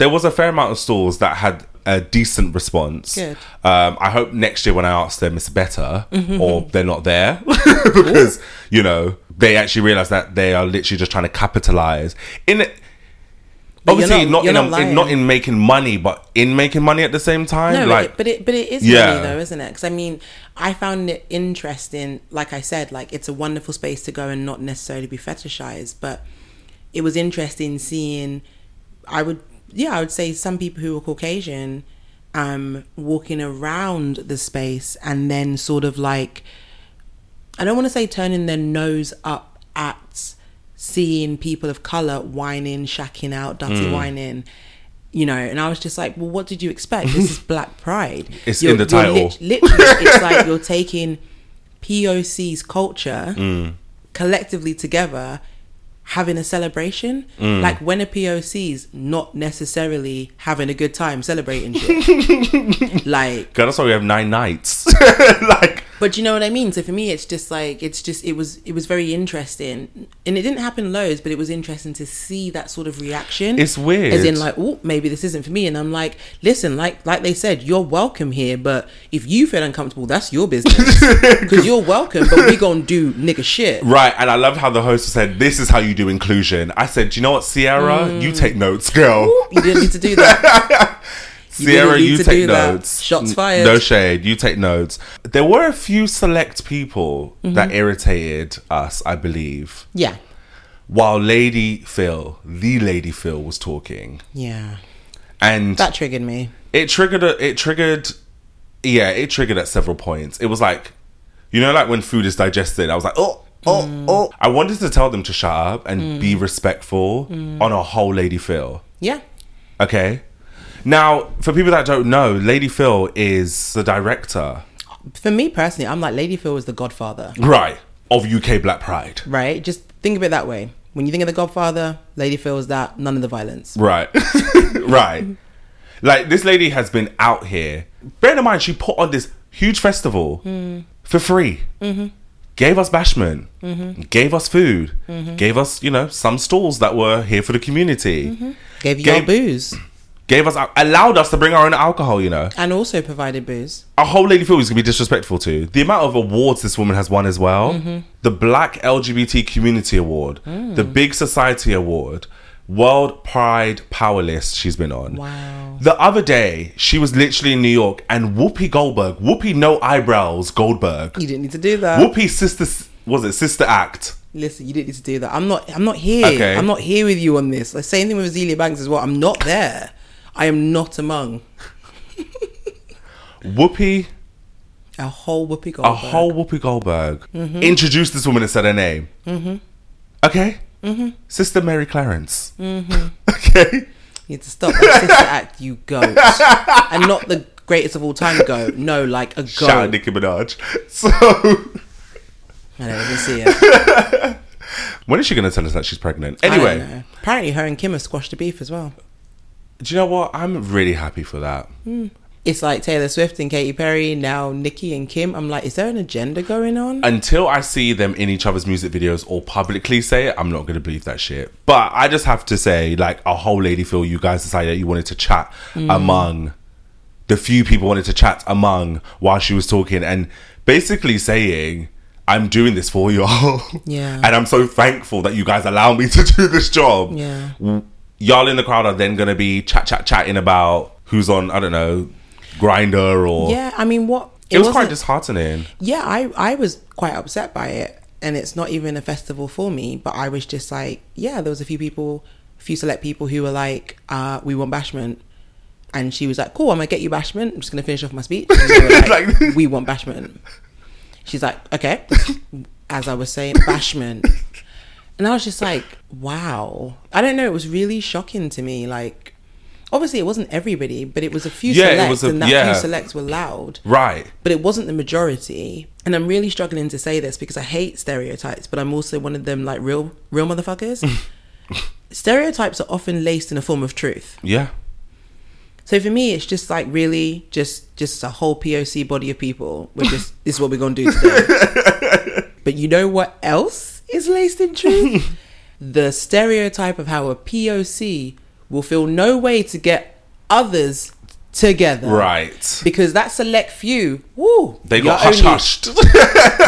[SPEAKER 1] there was a fair amount of stores that had a decent response.
[SPEAKER 2] Good.
[SPEAKER 1] Um, I hope next year when I ask them it's better
[SPEAKER 2] Mhm.
[SPEAKER 1] or they're not there because you know they actually realize that they are literally just trying to capitalize in.
[SPEAKER 2] But you're
[SPEAKER 1] obviously,
[SPEAKER 2] not-
[SPEAKER 1] not,
[SPEAKER 2] you're
[SPEAKER 1] in,
[SPEAKER 2] not
[SPEAKER 1] a- in
[SPEAKER 2] lying.
[SPEAKER 1] not in making money, but in making money at the same time.
[SPEAKER 2] No,
[SPEAKER 1] like,
[SPEAKER 2] it, but it but it is
[SPEAKER 1] Yeah.
[SPEAKER 2] funny though, isn't it? Because I mean, I found it interesting. Like I said, like it's a wonderful space to go and not necessarily be fetishized. But it was interesting seeing. I would yeah, I would say some people who were Caucasian, um, walking around the space and then sort of like, I don't want to say turning their nose up at seeing people of color whining, shacking out, dirty
[SPEAKER 1] Mm.
[SPEAKER 2] whining you know and i was just like well what did you expect this is black pride
[SPEAKER 1] It's in the title.
[SPEAKER 2] literally it's like you're taking poc's culture
[SPEAKER 1] Mm.
[SPEAKER 2] collectively together having a celebration
[SPEAKER 1] Mm.
[SPEAKER 2] like when a poc's not necessarily having a good time celebrating shit like
[SPEAKER 1] God, that's why we have nine nights.
[SPEAKER 2] but you know what I mean. So for me, it's just like it's just it was it was very interesting, and it didn't happen loads, but it was interesting to see that sort of reaction.
[SPEAKER 1] It's weird.
[SPEAKER 2] as in like, oh, maybe this isn't for me. And I'm like, listen, like like they said, you're welcome here, but if you feel uncomfortable, that's your business because you're welcome. But we gonna do nigga shit.
[SPEAKER 1] Right, and I loved how the host said, "This is how you do inclusion." I said, "Do you know what, Sierra?
[SPEAKER 2] Mm.
[SPEAKER 1] You take notes, girl.
[SPEAKER 2] You didn't need to do that. You didn't
[SPEAKER 1] Sierra,
[SPEAKER 2] need
[SPEAKER 1] you
[SPEAKER 2] to
[SPEAKER 1] take
[SPEAKER 2] do that.
[SPEAKER 1] notes.
[SPEAKER 2] Shots
[SPEAKER 1] N-
[SPEAKER 2] fired.
[SPEAKER 1] No shade. You take notes. There were a few select people that
[SPEAKER 2] Mhm.
[SPEAKER 1] irritated us, I believe.
[SPEAKER 2] Yeah.
[SPEAKER 1] while Lady Phil, the Lady Phil, was talking,
[SPEAKER 2] Yeah.
[SPEAKER 1] and
[SPEAKER 2] That triggered me.
[SPEAKER 1] it triggered a, it triggered yeah it triggered at several points it was like you know like when food is digested i was like oh oh oh i wanted to tell them to shut up and
[SPEAKER 2] Mm.
[SPEAKER 1] be respectful
[SPEAKER 2] Mm.
[SPEAKER 1] on a whole lady phil
[SPEAKER 2] Yeah.
[SPEAKER 1] okay now for people that don't know lady phil is the director
[SPEAKER 2] For me personally, I'm like Lady Phil was the godfather.
[SPEAKER 1] right of uk black pride
[SPEAKER 2] Right? Just think of it that way. When you think of the godfather, Lady Phil is that, none of the violence.
[SPEAKER 1] Right. right. Like this lady has been out here. Bearing in mind she put on this huge festival
[SPEAKER 2] Mm.
[SPEAKER 1] for free.
[SPEAKER 2] Mhm.
[SPEAKER 1] Gave us bashment.
[SPEAKER 2] Mhm.
[SPEAKER 1] Gave us food.
[SPEAKER 2] Mhm.
[SPEAKER 1] Gave us, you know, some stalls that were here for the community.
[SPEAKER 2] Gave you all booze.
[SPEAKER 1] Gave us allowed us to bring our own alcohol, you know.
[SPEAKER 2] And also provided booze.
[SPEAKER 1] Our whole lady feel is gonna be disrespectful to. The amount of awards this woman has won as well.
[SPEAKER 2] Mhm.
[SPEAKER 1] The Black LGBT Community Award,
[SPEAKER 2] Mm.
[SPEAKER 1] the Big Society Award, World Pride Power List she's been on.
[SPEAKER 2] Wow.
[SPEAKER 1] The other day, she was literally in New York, and Whoopi Goldberg, Whoopi No Eyebrows Goldberg,
[SPEAKER 2] You didn't need to do that.
[SPEAKER 1] Whoopi's sister was it Sister Act?
[SPEAKER 2] Listen, you didn't need to do that. I'm not. I'm not here.
[SPEAKER 1] Okay.
[SPEAKER 2] I'm not here with you on this. The same thing with Azealia Banks as well. I'm not there. I am not among
[SPEAKER 1] Whoopi,
[SPEAKER 2] a whole whoopee Goldberg.
[SPEAKER 1] a whole Whoopi Goldberg
[SPEAKER 2] Mhm.
[SPEAKER 1] introduced this woman and said her name.
[SPEAKER 2] Mm-hmm.
[SPEAKER 1] Okay,
[SPEAKER 2] Mhm.
[SPEAKER 1] Sister Mary Clarence.
[SPEAKER 2] Mm-hmm.
[SPEAKER 1] Okay,
[SPEAKER 2] You need to stop that sister act, you goat, and not the greatest of all time goat. No, like a goat.
[SPEAKER 1] shout out Nicki Minaj. So
[SPEAKER 2] I don't even see it.
[SPEAKER 1] when is she going to tell us that she's pregnant?
[SPEAKER 2] I don't
[SPEAKER 1] Anyway,
[SPEAKER 2] know. apparently her and Kim have squashed the beef as well.
[SPEAKER 1] do you know what? I'm really happy for that.
[SPEAKER 2] Hmm. It's like Taylor Swift and Katy Perry now Nicki and Kim. I'm like, is there an agenda going on?
[SPEAKER 1] until I see them in each other's music videos or publicly say it, I'm not going to believe that shit. But I just have to say, like, a whole lady feel you guys decided that you wanted to chat
[SPEAKER 11] Mm.
[SPEAKER 1] among the few people wanted to chat among while she was talking and basically saying, I'm doing this for y'all.
[SPEAKER 2] Yeah.
[SPEAKER 1] and I'm so thankful that you guys allow me to do this job.
[SPEAKER 2] Yeah.
[SPEAKER 1] W- Y'all in the crowd are then going to be chat, chat, chatting about who's on, I don't know, Grinder or.
[SPEAKER 2] Yeah, I mean, what
[SPEAKER 1] It, was quite
[SPEAKER 2] wasn't-
[SPEAKER 1] disheartening.
[SPEAKER 2] yeah, I I was quite upset by it, and it's not even a festival for me. But I was just like, yeah, there was a few people, a few select people who were like, uh, we want bashment, and she was like, cool, I'm gonna get you bashment. I'm just gonna finish off my speech. And they were like, we want bashment. She's like, okay, as I was saying, bashment, and I was just like, wow, I don't know, it was really shocking to me, like. Obviously, it wasn't everybody, but it was a few
[SPEAKER 1] Yeah, it
[SPEAKER 2] selects,
[SPEAKER 1] was a-
[SPEAKER 2] and that
[SPEAKER 1] yeah.
[SPEAKER 2] few selects were loud
[SPEAKER 1] Right.
[SPEAKER 2] but it wasn't the majority. And I'm really struggling to say this because I hate stereotypes, but I'm also one of them like real real motherfuckers. stereotypes are often laced in a form of truth.
[SPEAKER 1] Yeah.
[SPEAKER 2] So for me, it's just like really just just a whole POC body of people. We're just this is what we're gonna do today. but you know what else is laced in truth? the stereotype of how a POC will feel no way to get others together.
[SPEAKER 1] Right.
[SPEAKER 2] Because that select few, woo,
[SPEAKER 1] They
[SPEAKER 2] y'all
[SPEAKER 1] got hush
[SPEAKER 2] only-
[SPEAKER 1] hushed.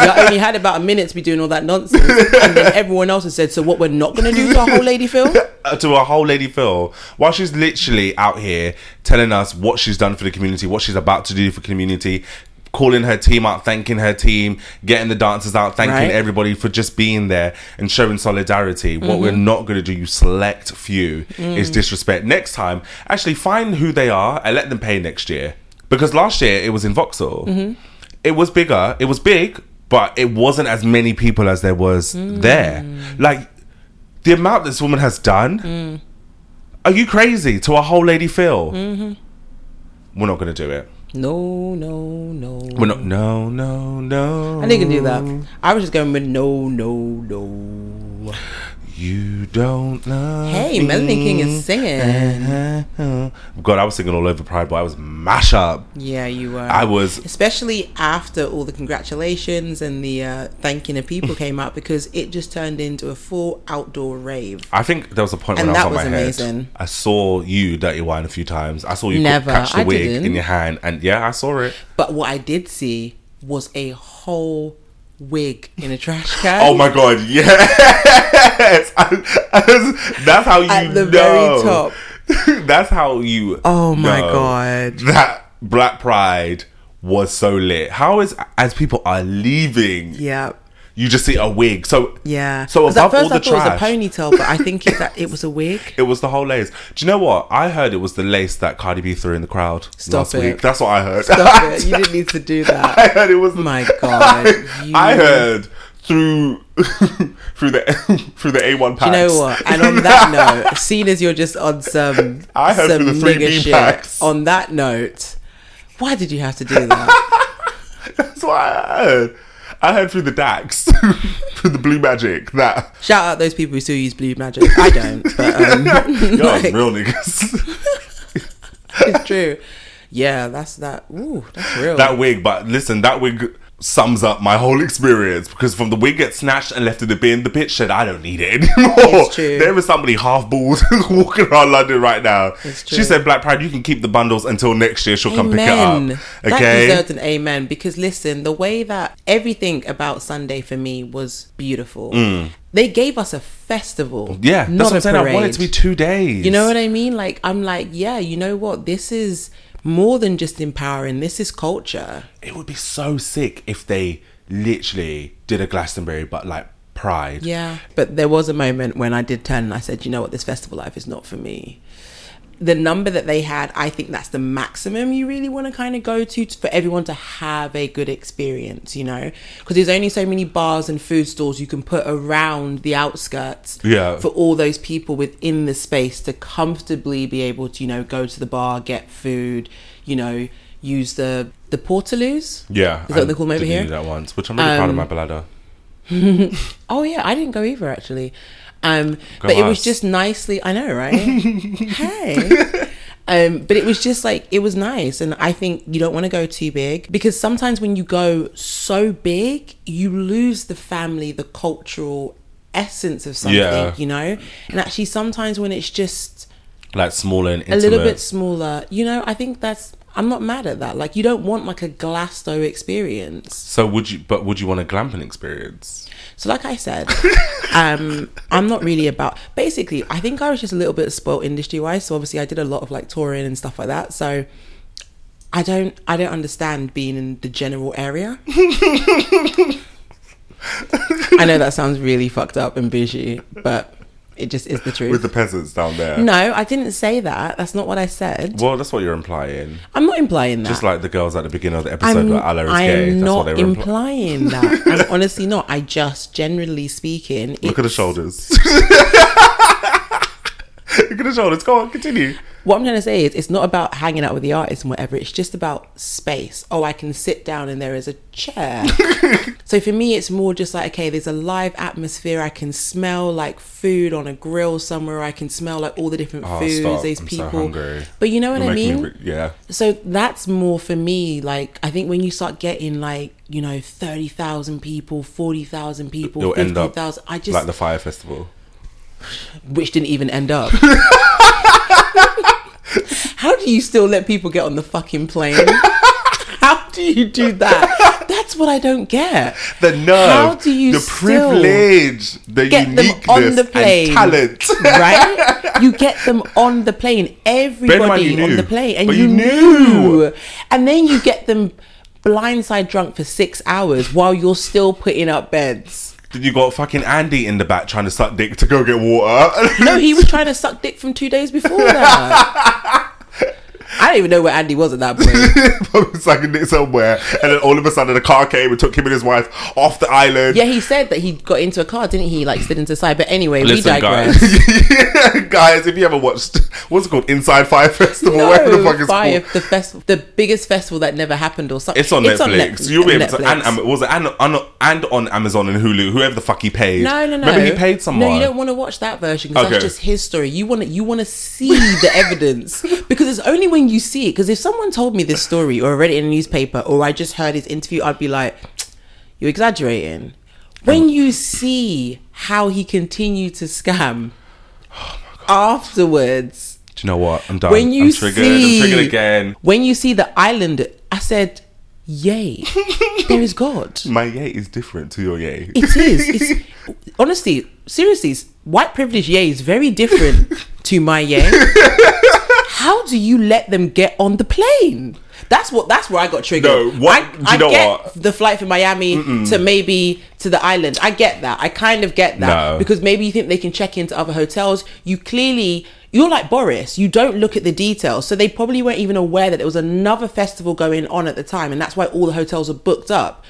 [SPEAKER 2] Y'all only had about a minute to be doing all that nonsense, and then everyone else has said, "So what? We're not gonna do to our whole lady film."
[SPEAKER 1] Uh, to a whole lady Phil while she's literally out here telling us what she's done for the community, what she's about to do for community, calling her team out, thanking her team, getting the dancers out, thanking
[SPEAKER 2] Right.
[SPEAKER 1] everybody for just being there and showing solidarity. What
[SPEAKER 2] Mhm.
[SPEAKER 1] we're not going to do, you select few, is
[SPEAKER 2] Mm.
[SPEAKER 1] disrespect. Next time, actually find who they are and let them pay next year because last year it was in Vauxhall.
[SPEAKER 2] Mhm.
[SPEAKER 1] It was bigger. It was big, but it wasn't as many people as there was
[SPEAKER 2] Mm.
[SPEAKER 1] there. Like the amount this woman has done.
[SPEAKER 2] Mm.
[SPEAKER 1] Are you crazy? To a whole lady feel.
[SPEAKER 2] hmm Mm-hmm.
[SPEAKER 1] We're not gonna do it.
[SPEAKER 2] No, no, no.
[SPEAKER 1] We're not. No, no, no.
[SPEAKER 2] I didn't do that. I was just going with no, no, no.
[SPEAKER 1] You don't love.
[SPEAKER 2] Hey, Melanie King is singing.
[SPEAKER 1] God, I was singing all over Pride, but I was mash up.
[SPEAKER 2] Yeah, you were.
[SPEAKER 1] I was-
[SPEAKER 2] especially after all the congratulations and the uh, thanking of people came out because it just turned into a full outdoor rave.
[SPEAKER 1] I think there was a point when
[SPEAKER 2] And
[SPEAKER 1] I was
[SPEAKER 2] that
[SPEAKER 1] on my
[SPEAKER 2] was
[SPEAKER 1] head.
[SPEAKER 2] amazing.
[SPEAKER 1] I saw you dirty wine a few times. I saw you
[SPEAKER 2] Never.
[SPEAKER 1] catch the
[SPEAKER 2] I
[SPEAKER 1] wig
[SPEAKER 2] didn't.
[SPEAKER 1] in your hand, and yeah, I saw it.
[SPEAKER 2] But what I did see was a whole wig in a trash can.
[SPEAKER 1] Oh my god, yes! That's how you
[SPEAKER 2] At the
[SPEAKER 1] know.
[SPEAKER 2] very top.
[SPEAKER 1] That's how you.
[SPEAKER 2] Oh my
[SPEAKER 1] know
[SPEAKER 2] God.
[SPEAKER 1] That Black Pride was so lit. How is as people are leaving?
[SPEAKER 2] Yeah.
[SPEAKER 1] you just see a wig. So
[SPEAKER 2] Yeah.
[SPEAKER 1] So
[SPEAKER 2] 'Cause at
[SPEAKER 1] above
[SPEAKER 2] first
[SPEAKER 1] all
[SPEAKER 2] I
[SPEAKER 1] the
[SPEAKER 2] thought
[SPEAKER 1] trash,
[SPEAKER 2] it was a ponytail, but I think it, that it was a wig.
[SPEAKER 1] it was the whole lace. Do you know what? I heard it was the lace that Cardi B threw in the crowd
[SPEAKER 2] Stop
[SPEAKER 1] last
[SPEAKER 2] it.
[SPEAKER 1] week. That's what I heard.
[SPEAKER 2] Stop it. You didn't need to do that.
[SPEAKER 1] I heard it was
[SPEAKER 2] my god. You-
[SPEAKER 1] I heard through through the through the A one
[SPEAKER 2] Do you
[SPEAKER 1] packs.
[SPEAKER 2] know what? And on that note, seeing as you're just on some
[SPEAKER 1] I heard
[SPEAKER 2] some
[SPEAKER 1] through the three
[SPEAKER 2] nigger
[SPEAKER 1] bean
[SPEAKER 2] shit,
[SPEAKER 1] packs.
[SPEAKER 2] on that note, why did you have to do that?
[SPEAKER 1] That's what I heard. I heard through the DAX, through the Blue Magic, that
[SPEAKER 2] Shout out those people who still use blue magic. I don't, but um,
[SPEAKER 1] you
[SPEAKER 2] like,
[SPEAKER 1] real niggas.
[SPEAKER 2] it's true. Yeah, that's that. Ooh, that's real.
[SPEAKER 1] that wig, but listen, that wig sums up my whole experience because from the wig gets snatched and left in the bin, the bitch said, I don't need it anymore.
[SPEAKER 2] It's true.
[SPEAKER 1] There is somebody half bald walking around London right now.
[SPEAKER 2] true.
[SPEAKER 1] She said, Black Pride, you can keep the bundles until next year. She'll come pick it up.
[SPEAKER 2] That
[SPEAKER 1] Okay.
[SPEAKER 2] deserved an amen because listen, the way that everything about Sunday for me was beautiful. They gave us a festival.
[SPEAKER 1] Mm. yeah, that's
[SPEAKER 2] not
[SPEAKER 1] what I'm
[SPEAKER 2] a
[SPEAKER 1] saying. I want it to be
[SPEAKER 2] parade.
[SPEAKER 1] two days.
[SPEAKER 2] You know what I mean? Like I'm like, yeah, you know what? This is more than just empowering. This is culture.
[SPEAKER 1] it would be so sick if they literally did a Glastonbury, but like Pride.
[SPEAKER 2] Yeah. But there was a moment when I did turn and I said, you know what, this festival life is not for me. The number that they had, I think that's the maximum you really want to kind of go to t- for everyone to have a good experience, you know? Because there's only so many bars and food stalls you can put around the outskirts
[SPEAKER 1] Yeah.
[SPEAKER 2] for all those people within the space to comfortably be able to, you know, go to the bar, get food, you know, use the the portaloos.
[SPEAKER 1] Yeah.
[SPEAKER 2] Is that what they call them over
[SPEAKER 1] didn't
[SPEAKER 2] here?
[SPEAKER 1] do that once, which I'm really proud of
[SPEAKER 2] Um,
[SPEAKER 1] my bladder.
[SPEAKER 2] Oh yeah, I didn't go either actually. Um,
[SPEAKER 1] Go
[SPEAKER 2] but it was
[SPEAKER 1] us.
[SPEAKER 2] just nicely. I know, right? hey. Um, but it was just like it was nice, and I think you don't want to go too big because sometimes when you go so big, you lose the family, the cultural essence of something,
[SPEAKER 1] Yeah.
[SPEAKER 2] you know. And actually, sometimes when it's just
[SPEAKER 1] Like smaller and
[SPEAKER 2] a
[SPEAKER 1] intimate.
[SPEAKER 2] little bit smaller, you know, I think that's I'm not mad at that. Like you don't want like a Glasto experience.
[SPEAKER 1] So would you? But would you want a glamping experience?
[SPEAKER 2] So, like I said, um, I'm not really about. Basically, I think I was just a little bit spoiled industry wise. So obviously, I did a lot of like touring and stuff like that. So I don't, I don't understand being in the general area. I know that sounds really fucked up and bougie, but it just is the truth.
[SPEAKER 1] With the peasants down there.
[SPEAKER 2] no, I didn't say that. That's not what I said.
[SPEAKER 1] Well, that's what you're implying.
[SPEAKER 2] I'm not implying that.
[SPEAKER 1] Just like the girls at the beginning of the episode were Allah is
[SPEAKER 2] I
[SPEAKER 1] gay.
[SPEAKER 2] am
[SPEAKER 1] That's what
[SPEAKER 2] not
[SPEAKER 1] they were implying.
[SPEAKER 2] implying that. I'm honestly not. I just, generally speaking,
[SPEAKER 1] Look at the
[SPEAKER 2] it's-
[SPEAKER 1] shoulders. Look at the shoulders. Go on, continue.
[SPEAKER 2] what I'm trying to say is it's not about hanging out with the artist and whatever. It's just about space. Oh, I can sit down and there is a chair. so for me, it's more just like, okay, there's a live atmosphere. I can smell like food on a grill somewhere. I can smell like all the different
[SPEAKER 1] Oh,
[SPEAKER 2] foods,
[SPEAKER 1] stop.
[SPEAKER 2] these
[SPEAKER 1] I'm so
[SPEAKER 2] people.
[SPEAKER 1] hungry.
[SPEAKER 2] But you know what
[SPEAKER 1] You're
[SPEAKER 2] I
[SPEAKER 1] making
[SPEAKER 2] mean?
[SPEAKER 1] me re- yeah.
[SPEAKER 2] So that's more for me. Like, I think when you start getting like, you know, 30,000 people, 40,000 people,
[SPEAKER 1] It'll end up
[SPEAKER 2] 50,000, I just,
[SPEAKER 1] like the fire festival.
[SPEAKER 2] which didn't even end up. How do you still let people get on the fucking plane? How do you do that? That's what I don't get.
[SPEAKER 1] The nerve,
[SPEAKER 2] How do you
[SPEAKER 1] the
[SPEAKER 2] still
[SPEAKER 1] privilege, the
[SPEAKER 2] Get them
[SPEAKER 1] uniqueness,
[SPEAKER 2] on the plane.
[SPEAKER 1] and talent.
[SPEAKER 2] right? You get them on the plane. Everybody
[SPEAKER 1] you
[SPEAKER 2] on
[SPEAKER 1] knew,
[SPEAKER 2] the plane. And
[SPEAKER 1] but
[SPEAKER 2] you,
[SPEAKER 1] you
[SPEAKER 2] knew.
[SPEAKER 1] knew.
[SPEAKER 2] And then you get them blindside drunk for six hours while you're still putting up beds.
[SPEAKER 1] Then you got fucking Andy in the back trying to suck dick to go get water.
[SPEAKER 2] No, he was trying to suck dick from two days before that. I don't even know where Andy was at that point.
[SPEAKER 1] Probably sucking dick somewhere. And then all of a sudden, the car came and took him and his wife off the island.
[SPEAKER 2] Yeah, he said that he got into a car, didn't he? Like slid into the side. But anyway, we
[SPEAKER 1] Listen,
[SPEAKER 2] digress.
[SPEAKER 1] guys. guys, if you ever watched what's it called, Inside Fire Festival,
[SPEAKER 2] No,
[SPEAKER 1] whatever the fuck it's
[SPEAKER 2] Fire,
[SPEAKER 1] called,
[SPEAKER 2] the festival, the biggest festival that never happened, or something.
[SPEAKER 1] it's on Netflix.
[SPEAKER 2] Netf-
[SPEAKER 1] You'll be able to,
[SPEAKER 2] Netflix.
[SPEAKER 1] and, Am- was it and, and, and on Amazon and Hulu, whoever the fuck he paid.
[SPEAKER 2] no, no, no.
[SPEAKER 1] Remember, he paid someone.
[SPEAKER 2] No, you don't want to watch that version because that's
[SPEAKER 1] Okay.
[SPEAKER 2] just his story. You want to, you want to see the evidence because it's only when you see it. Because if someone told me this story or I read it in a newspaper or I just heard his interview, I'd be like, "You're exaggerating." When you see how he continued to scam
[SPEAKER 1] Oh
[SPEAKER 2] afterwards.
[SPEAKER 1] Do you know what? I'm done.
[SPEAKER 2] when you
[SPEAKER 1] I'm triggered.
[SPEAKER 2] see
[SPEAKER 1] I'm triggered again.
[SPEAKER 2] when you see the island i said yay there is god
[SPEAKER 1] My yay is different to your yay.
[SPEAKER 2] it is it's honestly seriously white privilege yay is very different to my yay how do you let them get on the plane That's what. That's where I got triggered.
[SPEAKER 1] No, what-
[SPEAKER 2] I,
[SPEAKER 1] do you
[SPEAKER 2] I
[SPEAKER 1] know
[SPEAKER 2] get
[SPEAKER 1] what?
[SPEAKER 2] the flight from Miami
[SPEAKER 1] Mm-mm.
[SPEAKER 2] to maybe to the island. I get that. I kind of get that
[SPEAKER 1] No.
[SPEAKER 2] because maybe you think they can check into other hotels. You clearly. You're like Boris. You don't look at the details, so they probably weren't even aware that there was another festival going on at the time, and that's why all the hotels are booked up.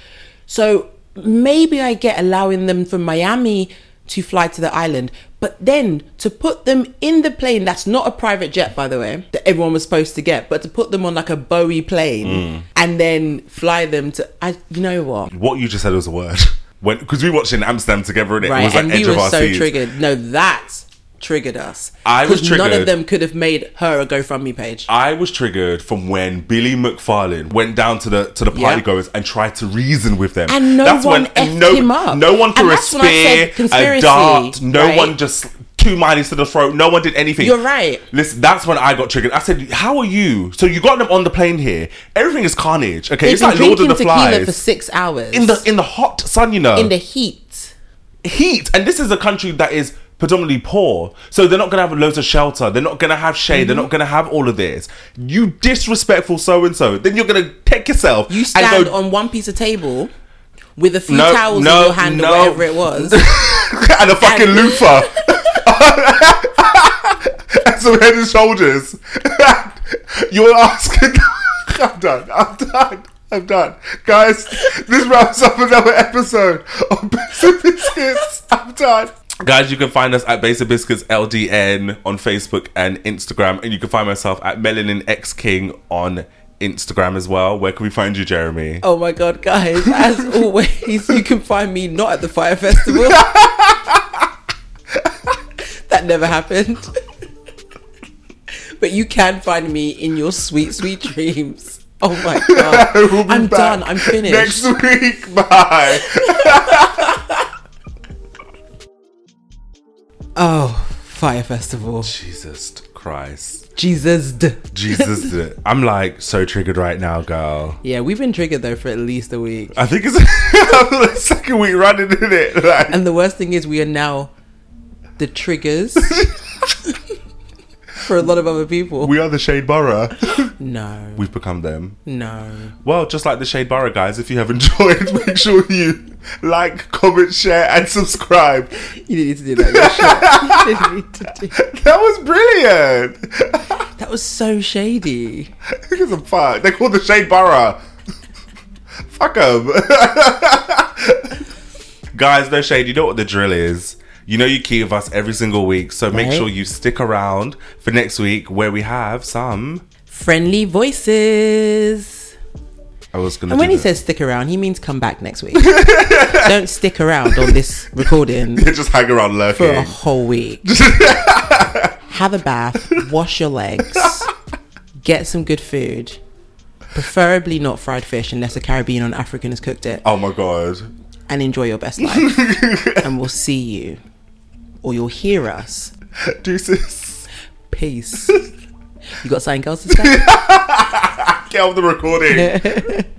[SPEAKER 2] So maybe I get allowing them from Miami to fly to the island, but then to put them in the plane that's not a private jet, by the way, that everyone was supposed to get, but to put them on like a Bowie plane
[SPEAKER 1] Mm.
[SPEAKER 2] and then fly them to, I, you know what?
[SPEAKER 1] What you just said was a word. When because we watched it in Amsterdam together, and it
[SPEAKER 2] Right,
[SPEAKER 1] was like
[SPEAKER 2] and
[SPEAKER 1] edge
[SPEAKER 2] we
[SPEAKER 1] of
[SPEAKER 2] were
[SPEAKER 1] our
[SPEAKER 2] so
[SPEAKER 1] seats.
[SPEAKER 2] triggered. No, that triggered us.
[SPEAKER 1] I was
[SPEAKER 2] 'Cause None of
[SPEAKER 1] triggered.
[SPEAKER 2] them could have made her a GoFundMe page.
[SPEAKER 1] I was triggered from when Billy McFarlane went down to the to the
[SPEAKER 2] Yeah.
[SPEAKER 1] party goers and tried to reason with them,
[SPEAKER 2] And no
[SPEAKER 1] and
[SPEAKER 2] one effed
[SPEAKER 1] no,
[SPEAKER 2] him up.
[SPEAKER 1] no one
[SPEAKER 2] And
[SPEAKER 1] threw a
[SPEAKER 2] that's when I
[SPEAKER 1] spear,
[SPEAKER 2] said
[SPEAKER 1] a
[SPEAKER 2] conspiracy,
[SPEAKER 1] dart, no
[SPEAKER 2] right?
[SPEAKER 1] one just two minus to the throat, no one did anything.
[SPEAKER 2] You're right.
[SPEAKER 1] Listen, that's when I got triggered. I said, "How are you? So you got them on the plane here. Everything is carnage. Okay,
[SPEAKER 2] They've
[SPEAKER 1] it's
[SPEAKER 2] been
[SPEAKER 1] like Lord of
[SPEAKER 2] drinking
[SPEAKER 1] the
[SPEAKER 2] tequila
[SPEAKER 1] Flies
[SPEAKER 2] for six hours.
[SPEAKER 1] in the in the hot sun, you know,
[SPEAKER 2] in the heat.
[SPEAKER 1] heat. And this is a country that is predominantly poor. So they're not going to have loads of shelter. They're not going to have shade.
[SPEAKER 2] Mm-hmm.
[SPEAKER 1] They're not going to have all of this. You disrespectful so and so. Then you're going to take yourself. You
[SPEAKER 2] stand on one piece of table with a few
[SPEAKER 1] No,
[SPEAKER 2] towels
[SPEAKER 1] no,
[SPEAKER 2] in your hand
[SPEAKER 1] no.
[SPEAKER 2] or whatever it was.
[SPEAKER 1] and a fucking loofah. and some head and shoulders. you were asking. I'm done. I'm done. I'm done. Guys, this wraps up another episode of Bits and Biscuits. I'm done. Guys, you can find us at Basic Biscuits LDN on Facebook and Instagram. And you can find myself at Melanin X King on Instagram as well. Where can we find you, Jeremy?
[SPEAKER 2] oh my god, guys! As always, you can find me not at the fire festival. that never happened. but you can find me in your sweet, sweet dreams. Oh my god! I'm done. I'm finished.
[SPEAKER 1] Next week. Bye.
[SPEAKER 2] Oh, fire festival.
[SPEAKER 1] Jesus Christ.
[SPEAKER 2] Jesus.
[SPEAKER 1] Jesus. I'm like so triggered right now, girl.
[SPEAKER 2] Yeah, we've been triggered though for at least a week.
[SPEAKER 1] I think it's the second week running in it. Like,
[SPEAKER 2] And the worst thing is, we are now the triggers for a lot of other people.
[SPEAKER 1] we are the Shade Borough.
[SPEAKER 2] No.
[SPEAKER 1] We've become them.
[SPEAKER 2] Hmm. No.
[SPEAKER 1] Well, just like the Shade Borough, guys, if you have enjoyed, make sure you like, comment, share, and subscribe.
[SPEAKER 2] You didn't need to do that. You're sure. You didn't need to do-
[SPEAKER 1] That was brilliant.
[SPEAKER 2] That was so shady.
[SPEAKER 1] Who gives a fuck? They called the Shade Borough. fuck them. Guys, no shade. You know what the drill is. You know you keep with us every single week, so make
[SPEAKER 2] Right.
[SPEAKER 1] sure you stick around for next week where we have some.
[SPEAKER 2] Friendly voices.
[SPEAKER 1] I was gonna.
[SPEAKER 2] And when
[SPEAKER 1] do
[SPEAKER 2] he
[SPEAKER 1] the-
[SPEAKER 2] says stick around, he means come back next week. Don't stick around on this recording
[SPEAKER 1] Yeah, just hang around
[SPEAKER 2] for a
[SPEAKER 1] lurking.
[SPEAKER 2] whole week. Have a bath, wash your legs, get some good food. Preferably not fried fish unless a Caribbean or an African has cooked it.
[SPEAKER 1] Oh my god.
[SPEAKER 2] and enjoy your best life. and we'll see you, or you'll hear us.
[SPEAKER 1] Deuces.
[SPEAKER 2] Peace. You got something else to say?
[SPEAKER 1] Get off the recording.